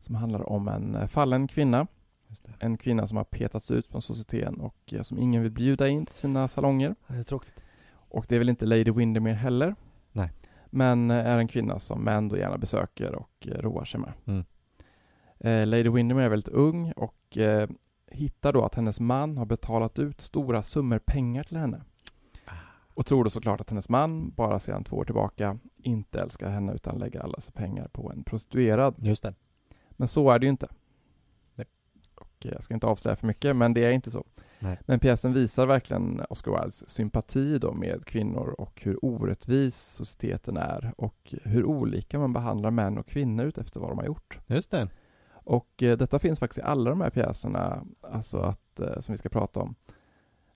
[SPEAKER 2] som handlar om en eh, fallen kvinna.
[SPEAKER 1] Just det.
[SPEAKER 2] En kvinna som har petats ut från societeten och eh, som ingen vill bjuda in till sina salonger.
[SPEAKER 1] Det är tråkigt.
[SPEAKER 2] Och det är väl inte Lady Windermere heller.
[SPEAKER 1] Nej.
[SPEAKER 2] Men eh, är en kvinna som män då gärna besöker och eh, roar sig med.
[SPEAKER 1] Mm.
[SPEAKER 2] Eh, Lady Windermere är väldigt ung och eh, hittar då att hennes man har betalat ut stora summor pengar till henne.
[SPEAKER 1] Ah.
[SPEAKER 2] Och tror då såklart att hennes man, bara sedan två år tillbaka, inte älskar henne utan lägger alla sina pengar på en prostituerad.
[SPEAKER 1] Just det.
[SPEAKER 2] Men så är det ju inte.
[SPEAKER 1] Nej.
[SPEAKER 2] Och eh, jag ska inte avslöja för mycket, men det är inte så.
[SPEAKER 1] Nej.
[SPEAKER 2] Men pjäsen visar verkligen Oscar Wildes sympati då med kvinnor och hur orättvis societeten är och hur olika man behandlar män och kvinnor utefter vad de har gjort.
[SPEAKER 1] Just det.
[SPEAKER 2] Och eh, detta finns faktiskt i alla de här pjäserna, alltså att, eh, som vi ska prata om.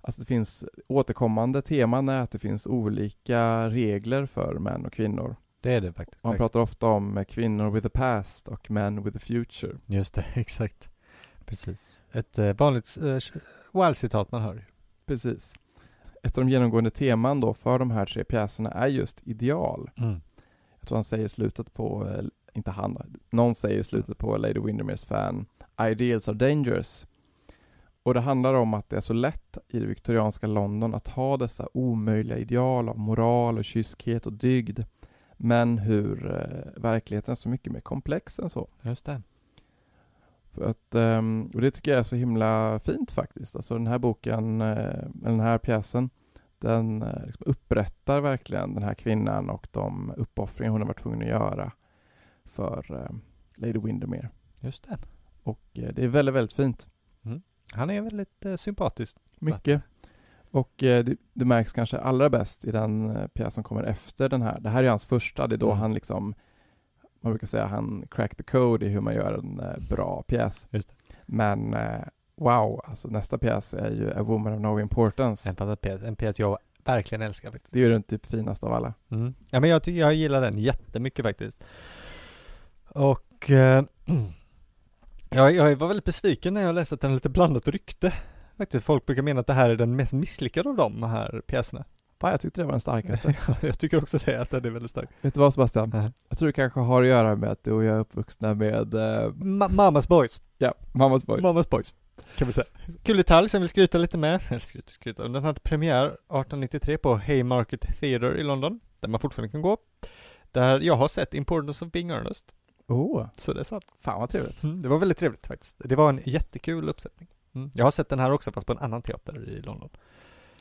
[SPEAKER 2] Alltså det finns återkommande teman är att det finns olika regler för män och kvinnor.
[SPEAKER 1] Det är det faktiskt.
[SPEAKER 2] Man pratar ofta om eh, kvinnor with the past och men with the future.
[SPEAKER 1] Just det, *laughs* exakt. Precis. Ett eh, vanligt eh, Wild-citat man hör ju.
[SPEAKER 2] Precis. Ett av de genomgående teman då för de här tre pjäserna är just ideal.
[SPEAKER 1] Mm.
[SPEAKER 2] Jag tror han säger i slutet på, eh, inte han, då, någon säger i slutet på Lady Windermere's fan, ideals are dangerous. Och det handlar om att det är så lätt i det viktorianska London att ha dessa omöjliga ideal av moral och kyskhet och dygd. Men hur eh, verkligheten är så mycket mer komplex än så.
[SPEAKER 1] Just det.
[SPEAKER 2] För att, ehm, och det tycker jag är så himla fint faktiskt. Alltså den här boken, eh, eller den här pjäsen, den eh, liksom upprättar verkligen den här kvinnan och de uppoffringar hon har varit tvungen att göra för eh, Lady Windermere.
[SPEAKER 1] Just det.
[SPEAKER 2] Och eh, det är väldigt, väldigt fint.
[SPEAKER 1] Han är väldigt eh, sympatisk.
[SPEAKER 2] Mycket. Och eh, det, det märks kanske allra bäst i den eh, pjäs som kommer efter den här. Det här är hans första, det är då
[SPEAKER 1] Mm.
[SPEAKER 2] han liksom, man brukar säga han crack the code i hur man gör en eh, bra pjäs.
[SPEAKER 1] Just det.
[SPEAKER 2] Men eh, wow, alltså nästa pjäs är ju A Woman of No Importance.
[SPEAKER 1] En fantastisk pjäs, en pjäs jag verkligen älskar faktiskt.
[SPEAKER 2] Det är ju den typ finaste av alla.
[SPEAKER 1] Mm. Ja men jag, ty- jag gillar den jättemycket faktiskt. Och eh, *clears throat* jag, jag var väldigt besviken när jag läste att den har lite blandat rykte. Faktiskt, folk brukar mena att det här är den mest misslyckade av de här pjäserna. *laughs*
[SPEAKER 2] Fan, jag tyckte det var den *laughs* starkaste.
[SPEAKER 1] jag tycker också det, att den är väldigt stark.
[SPEAKER 2] Vet du vad Sebastian?
[SPEAKER 1] Nej.
[SPEAKER 2] Jag tror det kanske har att göra med att du och jag är uppvuxna med eh,
[SPEAKER 1] Ma- Mamas boys.
[SPEAKER 2] ja, Mammas Boys.
[SPEAKER 1] Mamas boys. Kan *laughs* vi säga. Kul detalj som jag vill skryta lite med. Eller skryta, skryta. Den hade premiär 1893 på Haymarket Theatre i London. Där man fortfarande kan gå. Där jag har sett Importance of Being Earnest.
[SPEAKER 2] Åh, oh,
[SPEAKER 1] Så det är sant.
[SPEAKER 2] fan vad trevligt.
[SPEAKER 1] Mm, det var väldigt trevligt faktiskt. Det var en jättekul uppsättning. Mm. Jag har sett den här också fast på en annan teater i London.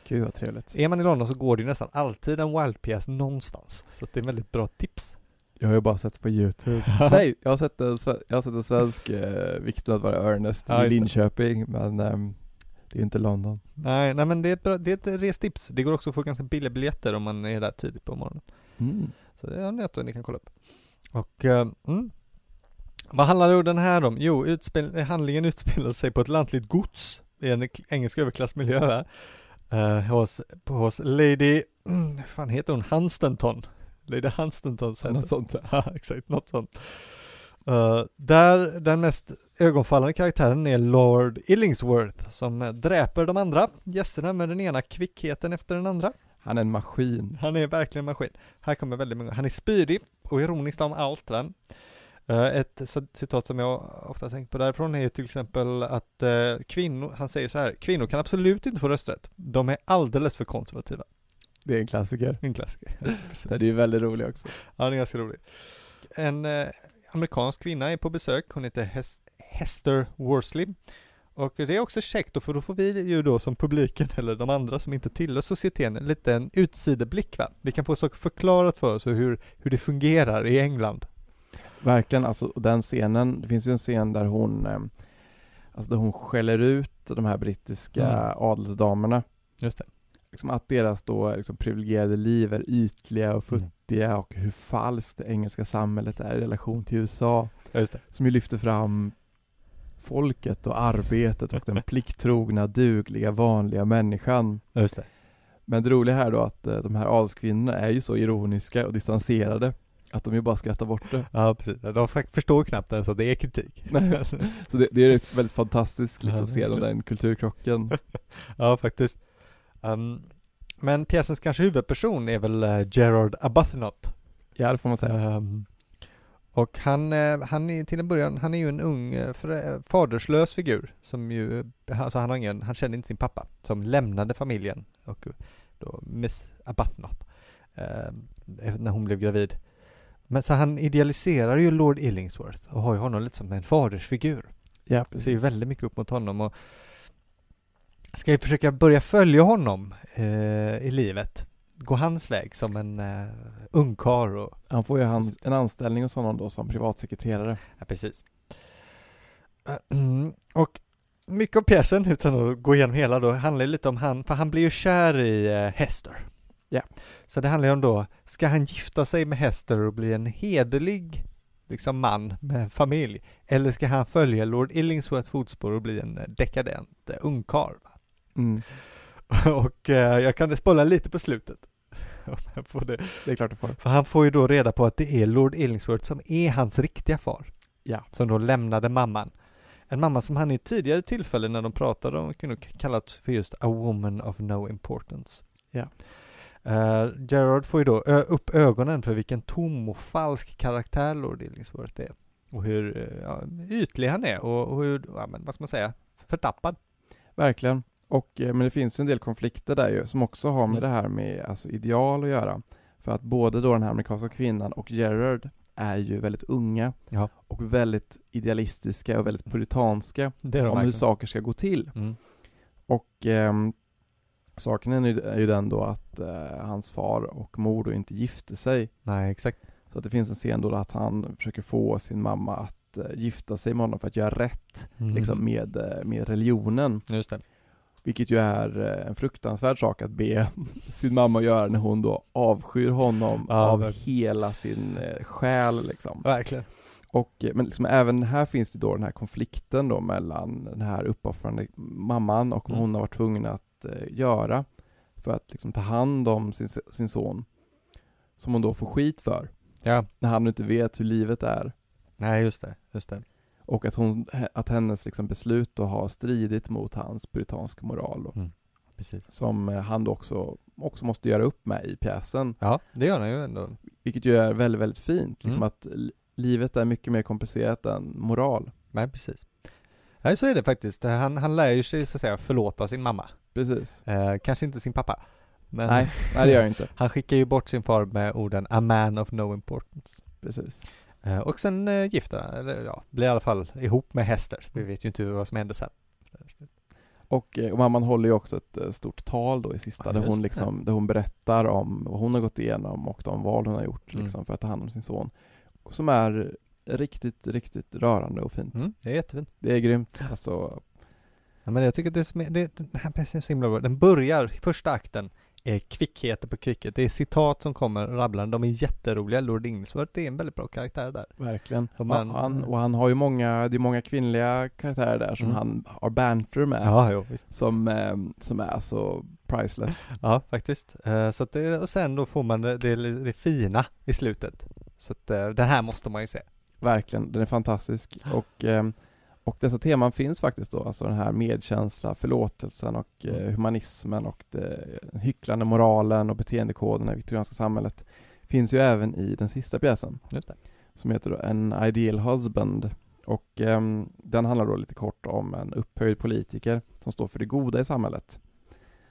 [SPEAKER 2] Gud vad trevligt.
[SPEAKER 1] Är man i London så går det ju nästan alltid en Wild-pjäs någonstans. Så att det är väldigt bra tips.
[SPEAKER 2] Jag har ju bara sett på YouTube. *laughs* Nej, jag har sett en, sve- jag har sett en svensk, eh, vikten att vara Ernest,
[SPEAKER 1] Ja,
[SPEAKER 2] i
[SPEAKER 1] just det.
[SPEAKER 2] Linköping, men ehm, det är inte London.
[SPEAKER 1] *laughs* Nej, nej men det är, ett bra, det är ett restips. Det går också att få ganska billiga biljetter om man är där tidigt på morgonen.
[SPEAKER 2] Mm.
[SPEAKER 1] Så det är något ni kan kolla upp. Och, eh, mm. Vad handlar då den här om? Jo, utspel, handlingen utspelar sig på ett lantligt gods i en k- engelsk överklassmiljö uh, hos, på, hos Lady, mm, vad fan heter hon, Hunstanton? Lady Hunstantons heter
[SPEAKER 2] Något sånt där.
[SPEAKER 1] Ja, exakt, något sånt. Eh, där den mest ögonfallande karaktären är Lord Illingsworth som eh, dräper de andra gästerna med den ena kvickheten efter den andra.
[SPEAKER 2] Han är en maskin.
[SPEAKER 1] Han är verkligen en maskin. Här kommer väldigt många. Han är spydig och ironisk om allt. Va? Eh, Ett c- citat som jag ofta tänkt på därifrån är ju till exempel att eh, kvinnor, han säger så här, kvinnor kan absolut inte få rösträtt. De är alldeles för konservativa.
[SPEAKER 2] Det är en klassiker.
[SPEAKER 1] En klassiker. Precis.
[SPEAKER 2] Den är ju väldigt rolig också.
[SPEAKER 1] Ja, den är ganska rolig. En eh, amerikansk kvinna är på besök, hon heter Hes- Hester Worsley Och det är också käckt då, för då får vi ju då som publiken *laughs* eller de andra som inte tillhör societeten lite en utsideblick va. Vi kan få saker förklarat för oss och hur, hur det fungerar i England.
[SPEAKER 2] Verkligen, alltså och den scenen, det finns ju en scen där hon eh, Alltså där hon skäller ut de här brittiska
[SPEAKER 1] Mm.
[SPEAKER 2] adelsdamerna
[SPEAKER 1] Just det.
[SPEAKER 2] liksom Att deras då liksom privilegierade liv är ytliga och futtiga och hur falskt det engelska samhället är i relation till USA
[SPEAKER 1] Ja, just det.
[SPEAKER 2] Som ju lyfter fram folket och arbetet och den plikttrogna, dugliga, vanliga människan
[SPEAKER 1] Ja, just det.
[SPEAKER 2] Men det roliga här då att eh, de här adelskvinnorna är ju så ironiska och distanserade Att de ju bara skrattar bort det
[SPEAKER 1] Ja, precis. De fa- förstår knappt ens att det är kritik.
[SPEAKER 2] Nej. *laughs* Så det, det är ett väldigt fantastiskt liksom,
[SPEAKER 1] Ja,
[SPEAKER 2] att se den där kulturkrocken.
[SPEAKER 1] ja, faktiskt. Ehm, men pjäsens kanske huvudperson är väl eh, Gerard Arbuthnot.
[SPEAKER 2] Ja, det får man säga.
[SPEAKER 1] Ehm, och han, eh, han är till en början, han är ju en ung eh, förä- faderslös figur som ju, eh, alltså han har ingen, han kände inte sin pappa som lämnade familjen och eh, då Miss Abathnot när hon blev gravid. Men så han idealiserar ju Lord Illingsworth och har ju honom lite som en fadersfigur.
[SPEAKER 2] Ja,
[SPEAKER 1] Jag ser ju väldigt mycket upp mot honom och ska ju försöka börja följa honom eh, i livet. Gå hans väg som en eh, ungkarl och
[SPEAKER 2] Han får ju hans- en anställning hos honom då som privatsekreterare.
[SPEAKER 1] Ja, precis. Eh, mm, *clears throat* Och mycket av pjäsen, utan att gå igenom hela då, handlar ju lite om han, för han blir ju kär i eh, Hester.
[SPEAKER 2] Ja.
[SPEAKER 1] Så det handlar ju om då, ska han gifta sig med Hester och bli en hederlig liksom man med familj? Eller ska han följa Lord Illingsworths fotspår och bli en eh, dekadent eh, ungkarl? *laughs* va?
[SPEAKER 2] Mm.
[SPEAKER 1] Och eh, jag kan spoila lite på slutet. *laughs* Om jag får det.
[SPEAKER 2] Det är klart du får.
[SPEAKER 1] För han får ju då reda på att det är Lord Illingsworth som är hans riktiga far.
[SPEAKER 2] Ja.
[SPEAKER 1] Som då lämnade mamman. En mamma som han i tidigare tillfällen när de pratade om kunde kallat för just a woman of no importance.
[SPEAKER 2] Ja.
[SPEAKER 1] Eh, Gerard får ju då ö- upp ögonen för vilken tom och falsk karaktär Lord Illingsworth är. Och hur eh, ja, ytlig han är och, och hur, ja, men vad ska man säga, förtappad.
[SPEAKER 2] Verkligen. Och, eh, men det finns ju en del konflikter där ju som också har
[SPEAKER 1] Mm.
[SPEAKER 2] med det här med alltså, ideal att göra. För att både då den här amerikanska kvinnan och Gerard är ju väldigt unga
[SPEAKER 1] Ja.
[SPEAKER 2] och väldigt idealistiska och väldigt puritanska
[SPEAKER 1] Det är de
[SPEAKER 2] om hur
[SPEAKER 1] verkligen.
[SPEAKER 2] saker ska gå till.
[SPEAKER 1] Mm.
[SPEAKER 2] Och ehm, saken är ju, är ju den då att eh, hans far och mor då inte gifte sig.
[SPEAKER 1] Nej, exakt.
[SPEAKER 2] Så att det finns en scen då att han försöker få sin mamma att eh, gifta sig med honom för att göra rätt
[SPEAKER 1] Mm.
[SPEAKER 2] liksom, med, eh, med religionen.
[SPEAKER 1] Just det.
[SPEAKER 2] Vilket ju är eh, en fruktansvärd sak att be *laughs* sin mamma göra när hon då avskyr honom
[SPEAKER 1] Ja,
[SPEAKER 2] av
[SPEAKER 1] verkligen.
[SPEAKER 2] hela sin eh, själ liksom.
[SPEAKER 1] Verkligen.
[SPEAKER 2] Och, eh, men liksom även här finns det då den här konflikten då mellan den här uppoffrande mamman och vad
[SPEAKER 1] Mm.
[SPEAKER 2] hon har varit tvungen att eh, göra för att liksom ta hand om sin, sin son. Som hon då får skit för,
[SPEAKER 1] Ja,
[SPEAKER 2] när han inte vet hur livet är.
[SPEAKER 1] nej just det, just det.
[SPEAKER 2] Och att, hon, att hennes liksom beslut då har stridit mot hans puritanska moral. Då,
[SPEAKER 1] Precis.
[SPEAKER 2] som eh, han då också, också måste göra upp med i pjäsen.
[SPEAKER 1] Ja, det gör han ju ändå.
[SPEAKER 2] Vilket ju är väldigt, väldigt fint. Liksom
[SPEAKER 1] Mm.
[SPEAKER 2] att li- livet är mycket mer komplicerat än moral.
[SPEAKER 1] Nej, precis. Nej, så är det faktiskt. Eh, Han, han lär ju sig så att säga förlåta sin mamma.
[SPEAKER 2] Precis.
[SPEAKER 1] Eh, kanske inte sin pappa. Men
[SPEAKER 2] Nej, nej det gör jag inte.
[SPEAKER 1] *laughs* han skickar ju bort sin far med orden A man of no importance.
[SPEAKER 2] Precis.
[SPEAKER 1] Eh, och sen eh, gifter han, eller ja, blir i alla fall ihop med Hester. Vi vet ju inte vad som hände sen.
[SPEAKER 2] Och, eh, och mamman håller ju också ett eh, stort tal då i sista
[SPEAKER 1] Ja,
[SPEAKER 2] där
[SPEAKER 1] just
[SPEAKER 2] hon,
[SPEAKER 1] det.
[SPEAKER 2] liksom, där hon berättar om vad hon har gått igenom och de val hon har gjort
[SPEAKER 1] Mm.
[SPEAKER 2] liksom, för att ta hand om sin son. Och som är riktigt, riktigt rörande och fint.
[SPEAKER 1] Mm, det är jättefint.
[SPEAKER 2] Det är grymt. Alltså,
[SPEAKER 1] Ja, men jag tycker att det, är som- det, den här pjäsen är så himla bra. Den börjar, första akten, är kvickheter på kvickhet. Det är citat som kommer rabblande. De är jätteroliga. Lord Ingsworth är en väldigt bra karaktär där.
[SPEAKER 2] verkligen.
[SPEAKER 1] Och
[SPEAKER 2] Och
[SPEAKER 1] man-
[SPEAKER 2] han, och han har ju många, det är många kvinnliga karaktärer där som
[SPEAKER 1] Mm.
[SPEAKER 2] han har banter med.
[SPEAKER 1] Ja, jo, visst.
[SPEAKER 2] Som, eh, som är så priceless.
[SPEAKER 1] Ja, faktiskt. Eh, Så att det, och sen då får man det, det, det fina i slutet. Så att eh, den här måste man ju se.
[SPEAKER 2] Verkligen, den är fantastisk. Och, eh, och dessa teman finns faktiskt då, alltså den här medkänsla, förlåtelsen och eh, humanismen och det, den hycklande moralen och beteendekoden i det viktorianska samhället finns ju även i den sista pjäsen
[SPEAKER 1] Just det.
[SPEAKER 2] som heter då En ideal husband. Och ehm, den handlar då lite kort om en upphöjd politiker som står för det goda i samhället.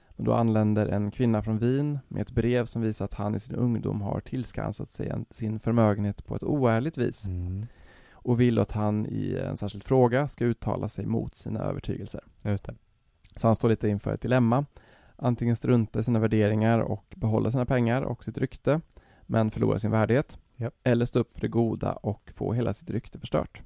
[SPEAKER 2] Men då anländer en kvinna från Wien med ett brev som visar
[SPEAKER 1] Mm.
[SPEAKER 2] att han i sin ungdom har tillskansat sig en, sin förmögenhet på ett oärligt vis. och vill att han i en särskild fråga ska uttala sig mot sina övertygelser.
[SPEAKER 1] Just det.
[SPEAKER 2] Så han står lite inför ett dilemma. Antingen strunta i sina värderingar och behålla sina pengar och sitt rykte, men förlora sin värdighet.
[SPEAKER 1] Japp.
[SPEAKER 2] Eller stå upp för det goda och få hela sitt rykte förstört.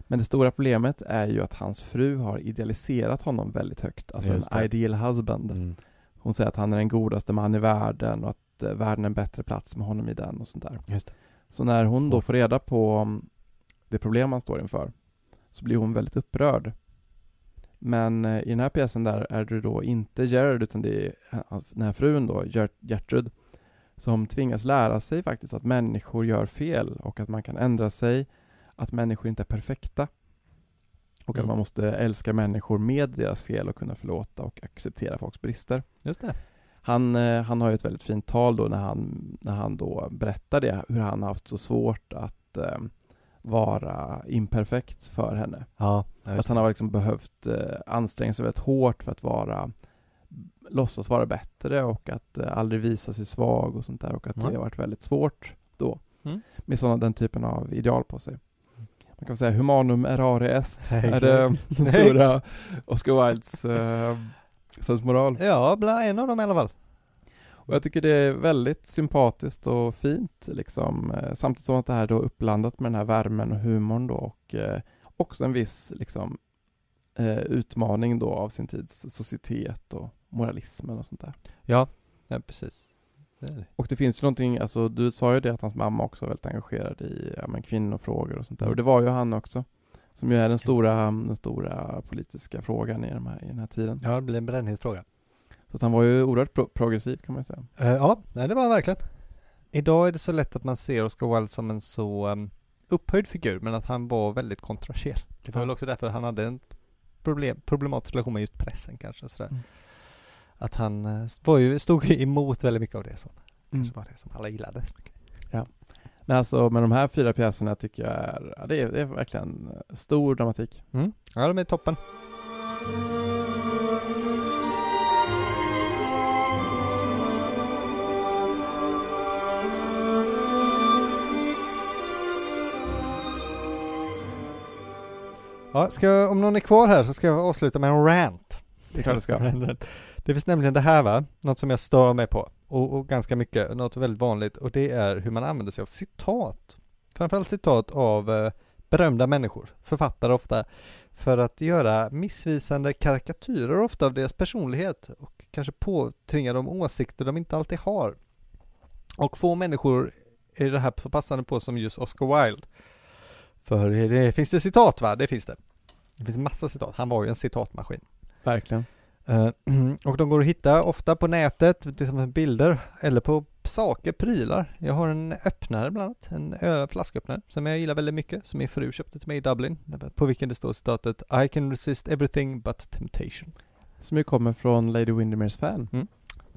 [SPEAKER 2] Men det stora problemet är ju att hans fru har idealiserat honom väldigt högt, alltså
[SPEAKER 1] Just
[SPEAKER 2] en
[SPEAKER 1] det.
[SPEAKER 2] ideal husband.
[SPEAKER 1] Mm.
[SPEAKER 2] Hon säger att han är den godaste man i världen och att eh, världen är en bättre plats med honom i den och sånt där.
[SPEAKER 1] Just det.
[SPEAKER 2] Så när hon då får reda på mm, det problem han står inför så blir hon väldigt upprörd. Men eh, i den här pjäsen där är det då inte Gerard utan det är eh, den här frun då, Gert- Gertrud, som tvingas lära sig faktiskt att människor gör fel och att man kan ändra sig, att människor inte är perfekta och att
[SPEAKER 1] Mm.
[SPEAKER 2] man måste älska människor med deras fel och kunna förlåta och acceptera folks brister.
[SPEAKER 1] Just det.
[SPEAKER 2] Han, eh, han har ju ett väldigt fint tal då när han, när han då berättar det, hur han har haft så svårt att eh, vara imperfekt för henne.
[SPEAKER 1] Ja, ja,
[SPEAKER 2] att
[SPEAKER 1] just
[SPEAKER 2] han har liksom behövt eh, anstränga sig väldigt hårt för att vara låtsas vara bättre och att eh, aldrig visa sig svag och sånt där och att
[SPEAKER 1] Ja.
[SPEAKER 2] det har varit väldigt svårt då
[SPEAKER 1] Mm.
[SPEAKER 2] med sådana, den typen av ideal på sig. Man kan väl säga humanum errare
[SPEAKER 1] *laughs*
[SPEAKER 2] est, är
[SPEAKER 1] Exakt.
[SPEAKER 2] det den stora Oscar
[SPEAKER 1] *laughs*
[SPEAKER 2] Wildes eh, sensmoral.
[SPEAKER 1] det. Ja, bland en av dem i alla fall.
[SPEAKER 2] Och jag tycker det är väldigt sympatiskt och fint liksom. Eh, Samtidigt som att det här då är uppblandat med den här värmen och humorn då och eh, också en viss liksom eh, utmaning då av sin tids societet och moralismen och sånt där.
[SPEAKER 1] Ja, ja precis. Det är det.
[SPEAKER 2] Och det finns ju någonting, alltså du sa ju det att hans mamma också var väldigt engagerad i ja, men kvinnofrågor och sånt där och det var ju han också. Som ju är den stora, den stora politiska frågan i, de här, i den här tiden.
[SPEAKER 1] Ja, det blir en brännhet fråga.
[SPEAKER 2] Så att han var ju oerhört pro- progressiv kan man ju säga.
[SPEAKER 1] Eh, ja, nej, det var han verkligen. Idag är det så lätt att man ser Oscar Wilde som en så um, upphöjd figur, men att han var väldigt kontroversiell. Det var
[SPEAKER 2] Ja.
[SPEAKER 1] väl också därför han hade en problem, problematisk relation med just pressen kanske. Sådär.
[SPEAKER 2] Mm.
[SPEAKER 1] Att han eh, var ju, stod ju emot väldigt mycket av det som,
[SPEAKER 2] Mm.
[SPEAKER 1] kanske var det som alla gillade så mycket.
[SPEAKER 2] Men alltså med de här fyra pjäserna tycker jag är, ja, det är, det är verkligen eh, stor dramatik.
[SPEAKER 1] Mm. Ja, de är toppen. Ja, ska, om någon är kvar här så ska jag avsluta med en rant.
[SPEAKER 2] Det är klart
[SPEAKER 1] *laughs*
[SPEAKER 2] det ska.
[SPEAKER 1] Rant. Det finns nämligen det här va, något som jag stör mig på och, och ganska mycket, något väldigt vanligt och det är hur man använder sig av citat. Framförallt citat av eh, berömda människor, författare ofta, för att göra missvisande karikatyrer ofta av deras personlighet och kanske påtvinga dem åsikter de inte alltid har. Och få människor är det här så passande på som just Oscar Wilde. För det finns det citat va? Det finns det. Det finns massa citat. Han var ju en citatmaskin.
[SPEAKER 2] Verkligen.
[SPEAKER 1] Eh, *clears throat* och de går att hitta ofta på nätet, liksom bilder eller på saker, prylar. Jag har en öppnare bland annat, en ö- flasköppnare som jag gillar väldigt mycket, som min fru köpte till mig i Dublin, på vilken det står citatet I can resist everything but temptation.
[SPEAKER 2] Som ju kommer från Lady Windermere's fan.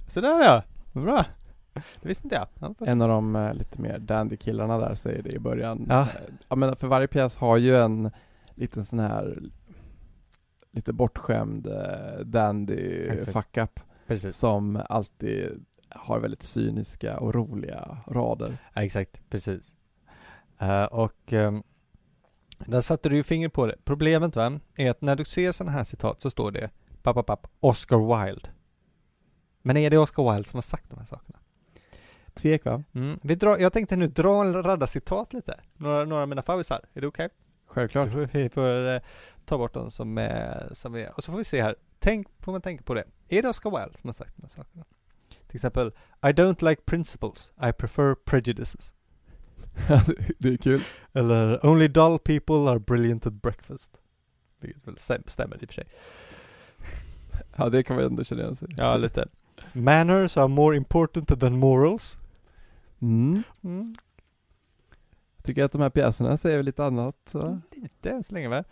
[SPEAKER 1] Så där ja, bra. Det visste inte jag. Ja, vad-
[SPEAKER 2] En av de eh, lite mer dandy-killarna där säger det i början.
[SPEAKER 1] Ja.
[SPEAKER 2] Eh, ja men för varje pjäs har ju en liten sån här lite bortskämd eh,
[SPEAKER 1] Exakt.
[SPEAKER 2] dandy-fuck-up
[SPEAKER 1] Precis.
[SPEAKER 2] som alltid har väldigt cyniska och roliga rader.
[SPEAKER 1] Ja, exakt, precis. Eh, och ehm, där satte du ju fingret på det. Problemet va, är att när du ser sådana här citat så står det papp, papp, papp, Oscar Wilde. Men är det Oscar Wilde som har sagt de här sakerna?
[SPEAKER 2] Tvek va?
[SPEAKER 1] Mm. Vi drar, jag tänkte nu dra en radda citat lite, några, några av mina favvisar, är det okej?
[SPEAKER 2] Självklart.
[SPEAKER 1] Du får- Vi får eh, ta bort dem som, eh, som är, och så får vi se här, Tänk, får man tänka på det, är det Oscar Wilde som har sagt de här sakerna? Till exempel, I don't like principles, I prefer prejudices.
[SPEAKER 2] *laughs* det är kul.
[SPEAKER 1] Eller, only dull people are brilliant at breakfast. Vilket väl stäm- stämmer i och för sig.
[SPEAKER 2] Ja det kan man ändå känna igen sig i.
[SPEAKER 1] Ja, lite. Manners are more important than morals.
[SPEAKER 2] Mm.
[SPEAKER 1] Mm,
[SPEAKER 2] Tycker att de här pjäserna säger väl lite annat? Va?
[SPEAKER 1] lite än så länge va?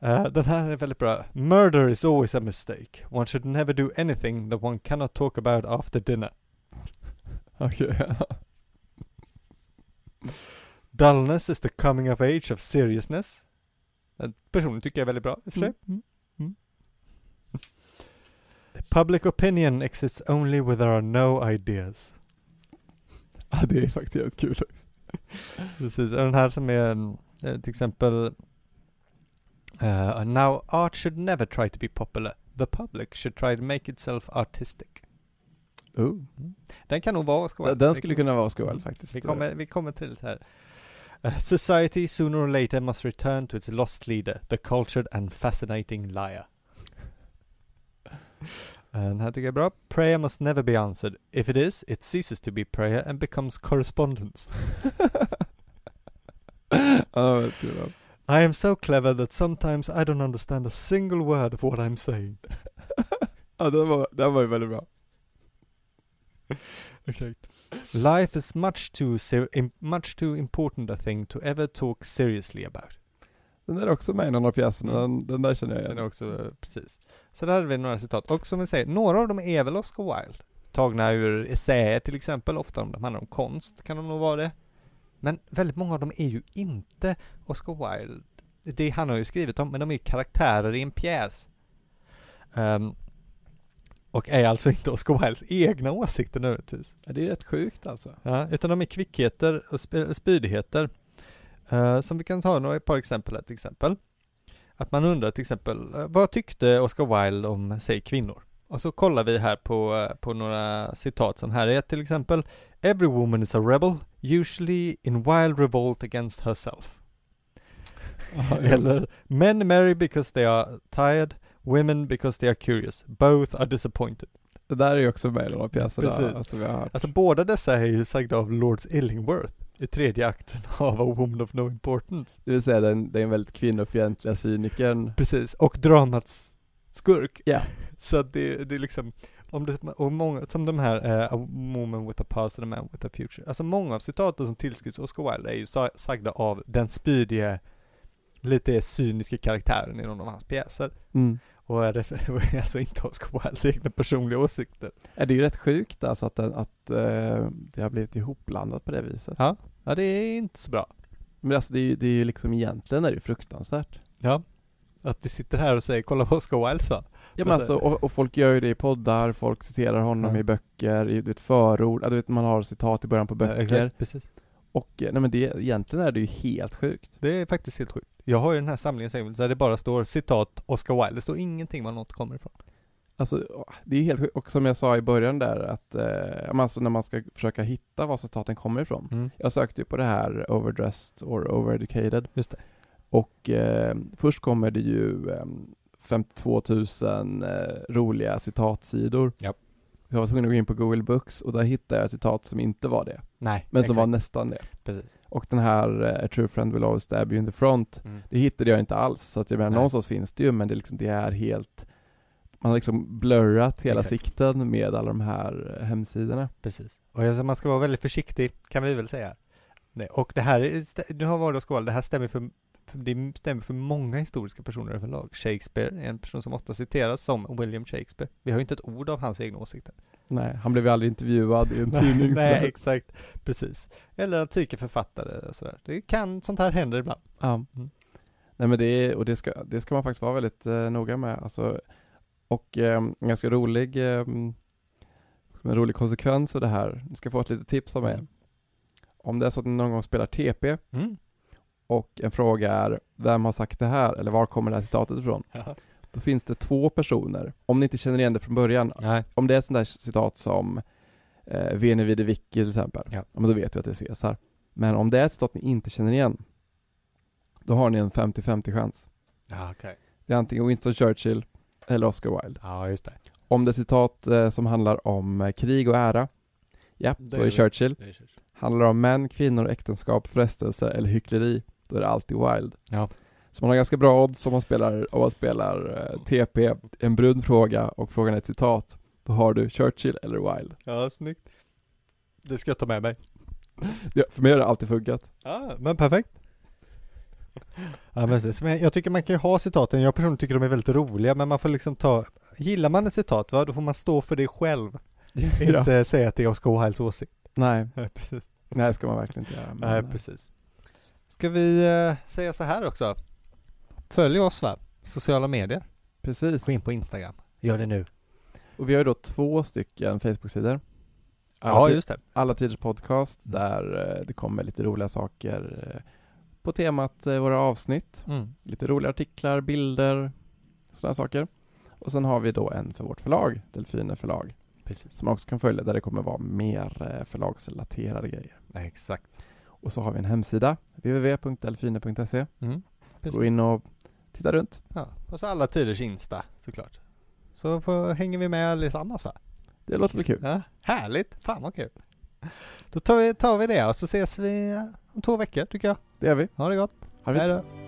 [SPEAKER 1] Eh, den här är väldigt bra. Murder is always a mistake. One should never do anything that one cannot talk about after dinner.
[SPEAKER 2] Okej. *laughs*
[SPEAKER 1] Dullness is the coming of age of seriousness. Den personen tycker jag är väldigt bra i och för sig. *laughs* Public opinion exists only where there are no ideas.
[SPEAKER 2] ja, det är faktiskt jävligt kul.
[SPEAKER 1] Precis, och den här som är mm, Eh, till exempel eh, Now art should never try to be popular. The public should try to make itself artistic.
[SPEAKER 2] Oh.
[SPEAKER 1] Den kan nog vara Oscar Wilde.
[SPEAKER 2] Den, den skulle kunna vara Oscar Wilde faktiskt.
[SPEAKER 1] Mm. Vi kommer, vi kommer till det här. Eh, society sooner or later must return to its lost leader, the cultured and fascinating liar. Eh, Den här tycker jag är bra. Prayer must never be answered. If it is, it ceases to be prayer and becomes correspondence.
[SPEAKER 2] ja, det skulle vara.
[SPEAKER 1] I am so clever that sometimes I don't understand a single word of what I'm saying.
[SPEAKER 2] ja den, var, den var ju väldigt bra.
[SPEAKER 1] Exakt. Life is much too, ser- im- much too important a thing to ever talk seriously about.
[SPEAKER 2] Den är också med i någon av pjäserna, den, den där känner jag
[SPEAKER 1] Mm. Den
[SPEAKER 2] igen.
[SPEAKER 1] är också, eh, precis. Så där hade vi några citat. Och som vi säger, några av dem är väl Oscar Wilde. Tagna ur essäer till exempel, ofta om de handlar om konst kan de nog vara det. Men väldigt många av dem är ju inte Oscar Wilde. Det han har ju skrivit om, men de är ju karaktärer i en pjäs. Ehm, och är alltså inte Oscar Wildes egna åsikter nödvändigtvis.
[SPEAKER 2] Ja, det är rätt sjukt alltså.
[SPEAKER 1] Ja, utan de är kvickheter och sp- spydigheter. Eh, som vi kan ta några ett par exempel här till exempel. Att man undrar till exempel, eh, vad tyckte Oscar Wilde om, säg kvinnor? Och så kollar vi här på, eh, på några citat som här är ett till exempel. Every woman is a rebel, usually in wild revolt against herself. Eller, men marry because they are tired, women because they are curious, both are disappointed.
[SPEAKER 2] Det där är ju också med i någon av pjäserna.
[SPEAKER 1] Precis.
[SPEAKER 2] Alltså, vi har hört.
[SPEAKER 1] Alltså båda dessa är ju sagda av Lords Illingworth i tredje akten av A Woman of No Importance.
[SPEAKER 2] Det vill säga den, den väldigt kvinnofientliga cynikern.
[SPEAKER 1] Precis, och dramats skurk.
[SPEAKER 2] Ja.
[SPEAKER 1] Så att det, det är liksom, om det, och många, som de här eh, A Woman with a Past and a Man with a Future. Alltså många av citaten som tillskrivs Oscar Wilde är ju sa- sagda av den spydige, lite cyniska karaktären i någon av hans pjäser.
[SPEAKER 2] Mm.
[SPEAKER 1] *laughs* Och är det, alltså inte Oscar Wildes egna personliga åsikter.
[SPEAKER 2] Ja, det är ju rätt sjukt alltså att, den, att eh, det har blivit ihopblandat på det viset.
[SPEAKER 1] Ja, det är inte så bra.
[SPEAKER 2] Men alltså det är ju, det är ju liksom egentligen är det ju fruktansvärt.
[SPEAKER 1] Ja. Att vi sitter här och säger kolla vad Oscar Wilde sa.
[SPEAKER 2] Ja
[SPEAKER 1] Men
[SPEAKER 2] men
[SPEAKER 1] så-
[SPEAKER 2] alltså, och, och folk gör ju det i poddar, folk citerar honom
[SPEAKER 1] Ja.
[SPEAKER 2] i böcker, i du vet, förord, ja, du vet man har citat i början på
[SPEAKER 1] Ja,
[SPEAKER 2] böcker.
[SPEAKER 1] exakt, precis.
[SPEAKER 2] och eh, nej men det, egentligen är det ju helt sjukt.
[SPEAKER 1] Det är faktiskt helt sjukt. Jag har ju den här samlingen säkert, där det bara står citat Oscar Wilde. Det står ingenting var något kommer ifrån.
[SPEAKER 2] Alltså åh, det är helt sjukt, och som jag sa i början där att, eh, ja, men alltså när man ska försöka hitta var citaten kommer ifrån.
[SPEAKER 1] Mm.
[SPEAKER 2] Jag sökte ju på det här overdressed or overeducated.
[SPEAKER 1] Just det.
[SPEAKER 2] Och eh, först kommer det ju eh, 52 000 eh, roliga citatsidor.
[SPEAKER 1] Japp.
[SPEAKER 2] Jag var tvungen att gå in på Google Books och där hittade jag ett citat som inte var det,
[SPEAKER 1] Nej,
[SPEAKER 2] men som var nästan det.
[SPEAKER 1] Precis.
[SPEAKER 2] Och den här eh, A true friend will always stab you in the front,
[SPEAKER 1] Mm.
[SPEAKER 2] det hittade jag inte alls. Så att jag menar,
[SPEAKER 1] Nej.
[SPEAKER 2] någonstans finns det ju, men det, är liksom, det är helt man har liksom blurrat hela
[SPEAKER 1] Exakt.
[SPEAKER 2] sikten med alla de här eh, hemsidorna.
[SPEAKER 1] Precis. Och jag, man ska vara väldigt försiktig, kan vi väl säga. Nej. Och det här, är- stä- nu har varit Oscar Wilde, det här stämmer för, för det stämmer för många historiska personer överlag. Shakespeare är en person som ofta citeras som William Shakespeare. Vi har ju inte ett ord av hans egna
[SPEAKER 2] *laughs*
[SPEAKER 1] åsikter.
[SPEAKER 2] Nej, han blev ju aldrig intervjuad i en tidning.
[SPEAKER 1] *laughs*
[SPEAKER 2] så-
[SPEAKER 1] Nej, exakt. Precis. Eller antika författare och sådär. Det kan, sånt här händer ibland.
[SPEAKER 2] Ja.
[SPEAKER 1] Mm.
[SPEAKER 2] Nej men det, är, och det, ska, det ska man faktiskt vara väldigt eh, noga med. Alltså, och eh, en ganska rolig, eh, en rolig konsekvens av det här, ni ska få ett litet tips av mig.
[SPEAKER 1] Mm.
[SPEAKER 2] Om det är så att ni någon gång spelar TP
[SPEAKER 1] Mm.
[SPEAKER 2] och en fråga är vem har sagt det här eller var kommer det här citatet ifrån? Då finns det två personer, om ni inte känner igen det från början,
[SPEAKER 1] Nej.
[SPEAKER 2] om det är ett sånt där citat som eh, Veni vidi vici till exempel,
[SPEAKER 1] Ja.
[SPEAKER 2] men då vet du att det är Caesar. Men om det är ett citat ni inte känner igen, då har ni en 50-50 chans.
[SPEAKER 1] Ja, okej.
[SPEAKER 2] Det är antingen Winston Churchill eller Oscar Wilde.
[SPEAKER 1] Ja, just det.
[SPEAKER 2] Om det är citat eh, som handlar om eh, krig och ära, ja,
[SPEAKER 1] Då
[SPEAKER 2] då
[SPEAKER 1] är
[SPEAKER 2] är det
[SPEAKER 1] det-
[SPEAKER 2] Churchill. Handlar det om män, kvinnor, äktenskap, frestelse eller hyckleri, då är det alltid Wilde.
[SPEAKER 1] Ja.
[SPEAKER 2] Så man har ganska bra odds om man spelar, om man spelar eh, TP, en brun fråga och frågan är ett citat, då har du Churchill eller Wilde.
[SPEAKER 1] Ja, snyggt. Det ska jag ta med mig.
[SPEAKER 2] Ja, för mig har det alltid funkat.
[SPEAKER 1] Ja, men perfekt. Ja, men det, som jag, jag tycker man kan ju ha citaten, jag personligen tycker de är väldigt roliga, men man får liksom ta, gillar man ett citat va, då får man stå för det *laughs* själv.
[SPEAKER 2] Ja.
[SPEAKER 1] Inte säga att det är Oscar Wildes åsikt. *laughs*
[SPEAKER 2] Nej,
[SPEAKER 1] Nej, precis.
[SPEAKER 2] nej det ska man verkligen inte göra. men,
[SPEAKER 1] Nej,
[SPEAKER 2] eh,
[SPEAKER 1] precis. Ska vi eh, säga så här också? Följ oss va? Sociala medier.
[SPEAKER 2] precis.
[SPEAKER 1] Gå in på Instagram. Gör det nu.
[SPEAKER 2] Och vi har ju då två stycken Facebook-sidor.
[SPEAKER 1] Ja,
[SPEAKER 2] Alla-
[SPEAKER 1] just det.
[SPEAKER 2] Alla Tiders Podcast
[SPEAKER 1] Mm.
[SPEAKER 2] där eh, det kommer lite roliga saker eh, på temat eh, våra avsnitt.
[SPEAKER 1] Mm.
[SPEAKER 2] Lite roliga artiklar, bilder, sådana saker. Och sen har vi då en för vårt förlag, Delfiner förlag,
[SPEAKER 1] Precis.
[SPEAKER 2] som man också kan följa där det kommer vara mer eh, förlagsrelaterade grejer.
[SPEAKER 1] Exakt.
[SPEAKER 2] Och så har vi en hemsida, www.delfiner.se.
[SPEAKER 1] Mm.
[SPEAKER 2] Gå in och titta runt.
[SPEAKER 1] Ja. Och så alla tiders Insta såklart. Så får, hänger vi med allesammans va?
[SPEAKER 2] Det låter väl kul.
[SPEAKER 1] Ja, härligt, fan vad kul. Då tar vi, tar vi det och så ses vi om två veckor tycker jag.
[SPEAKER 2] Det gör vi.
[SPEAKER 1] Ha det gott,
[SPEAKER 2] Ha det
[SPEAKER 1] hej
[SPEAKER 2] fint.
[SPEAKER 1] då.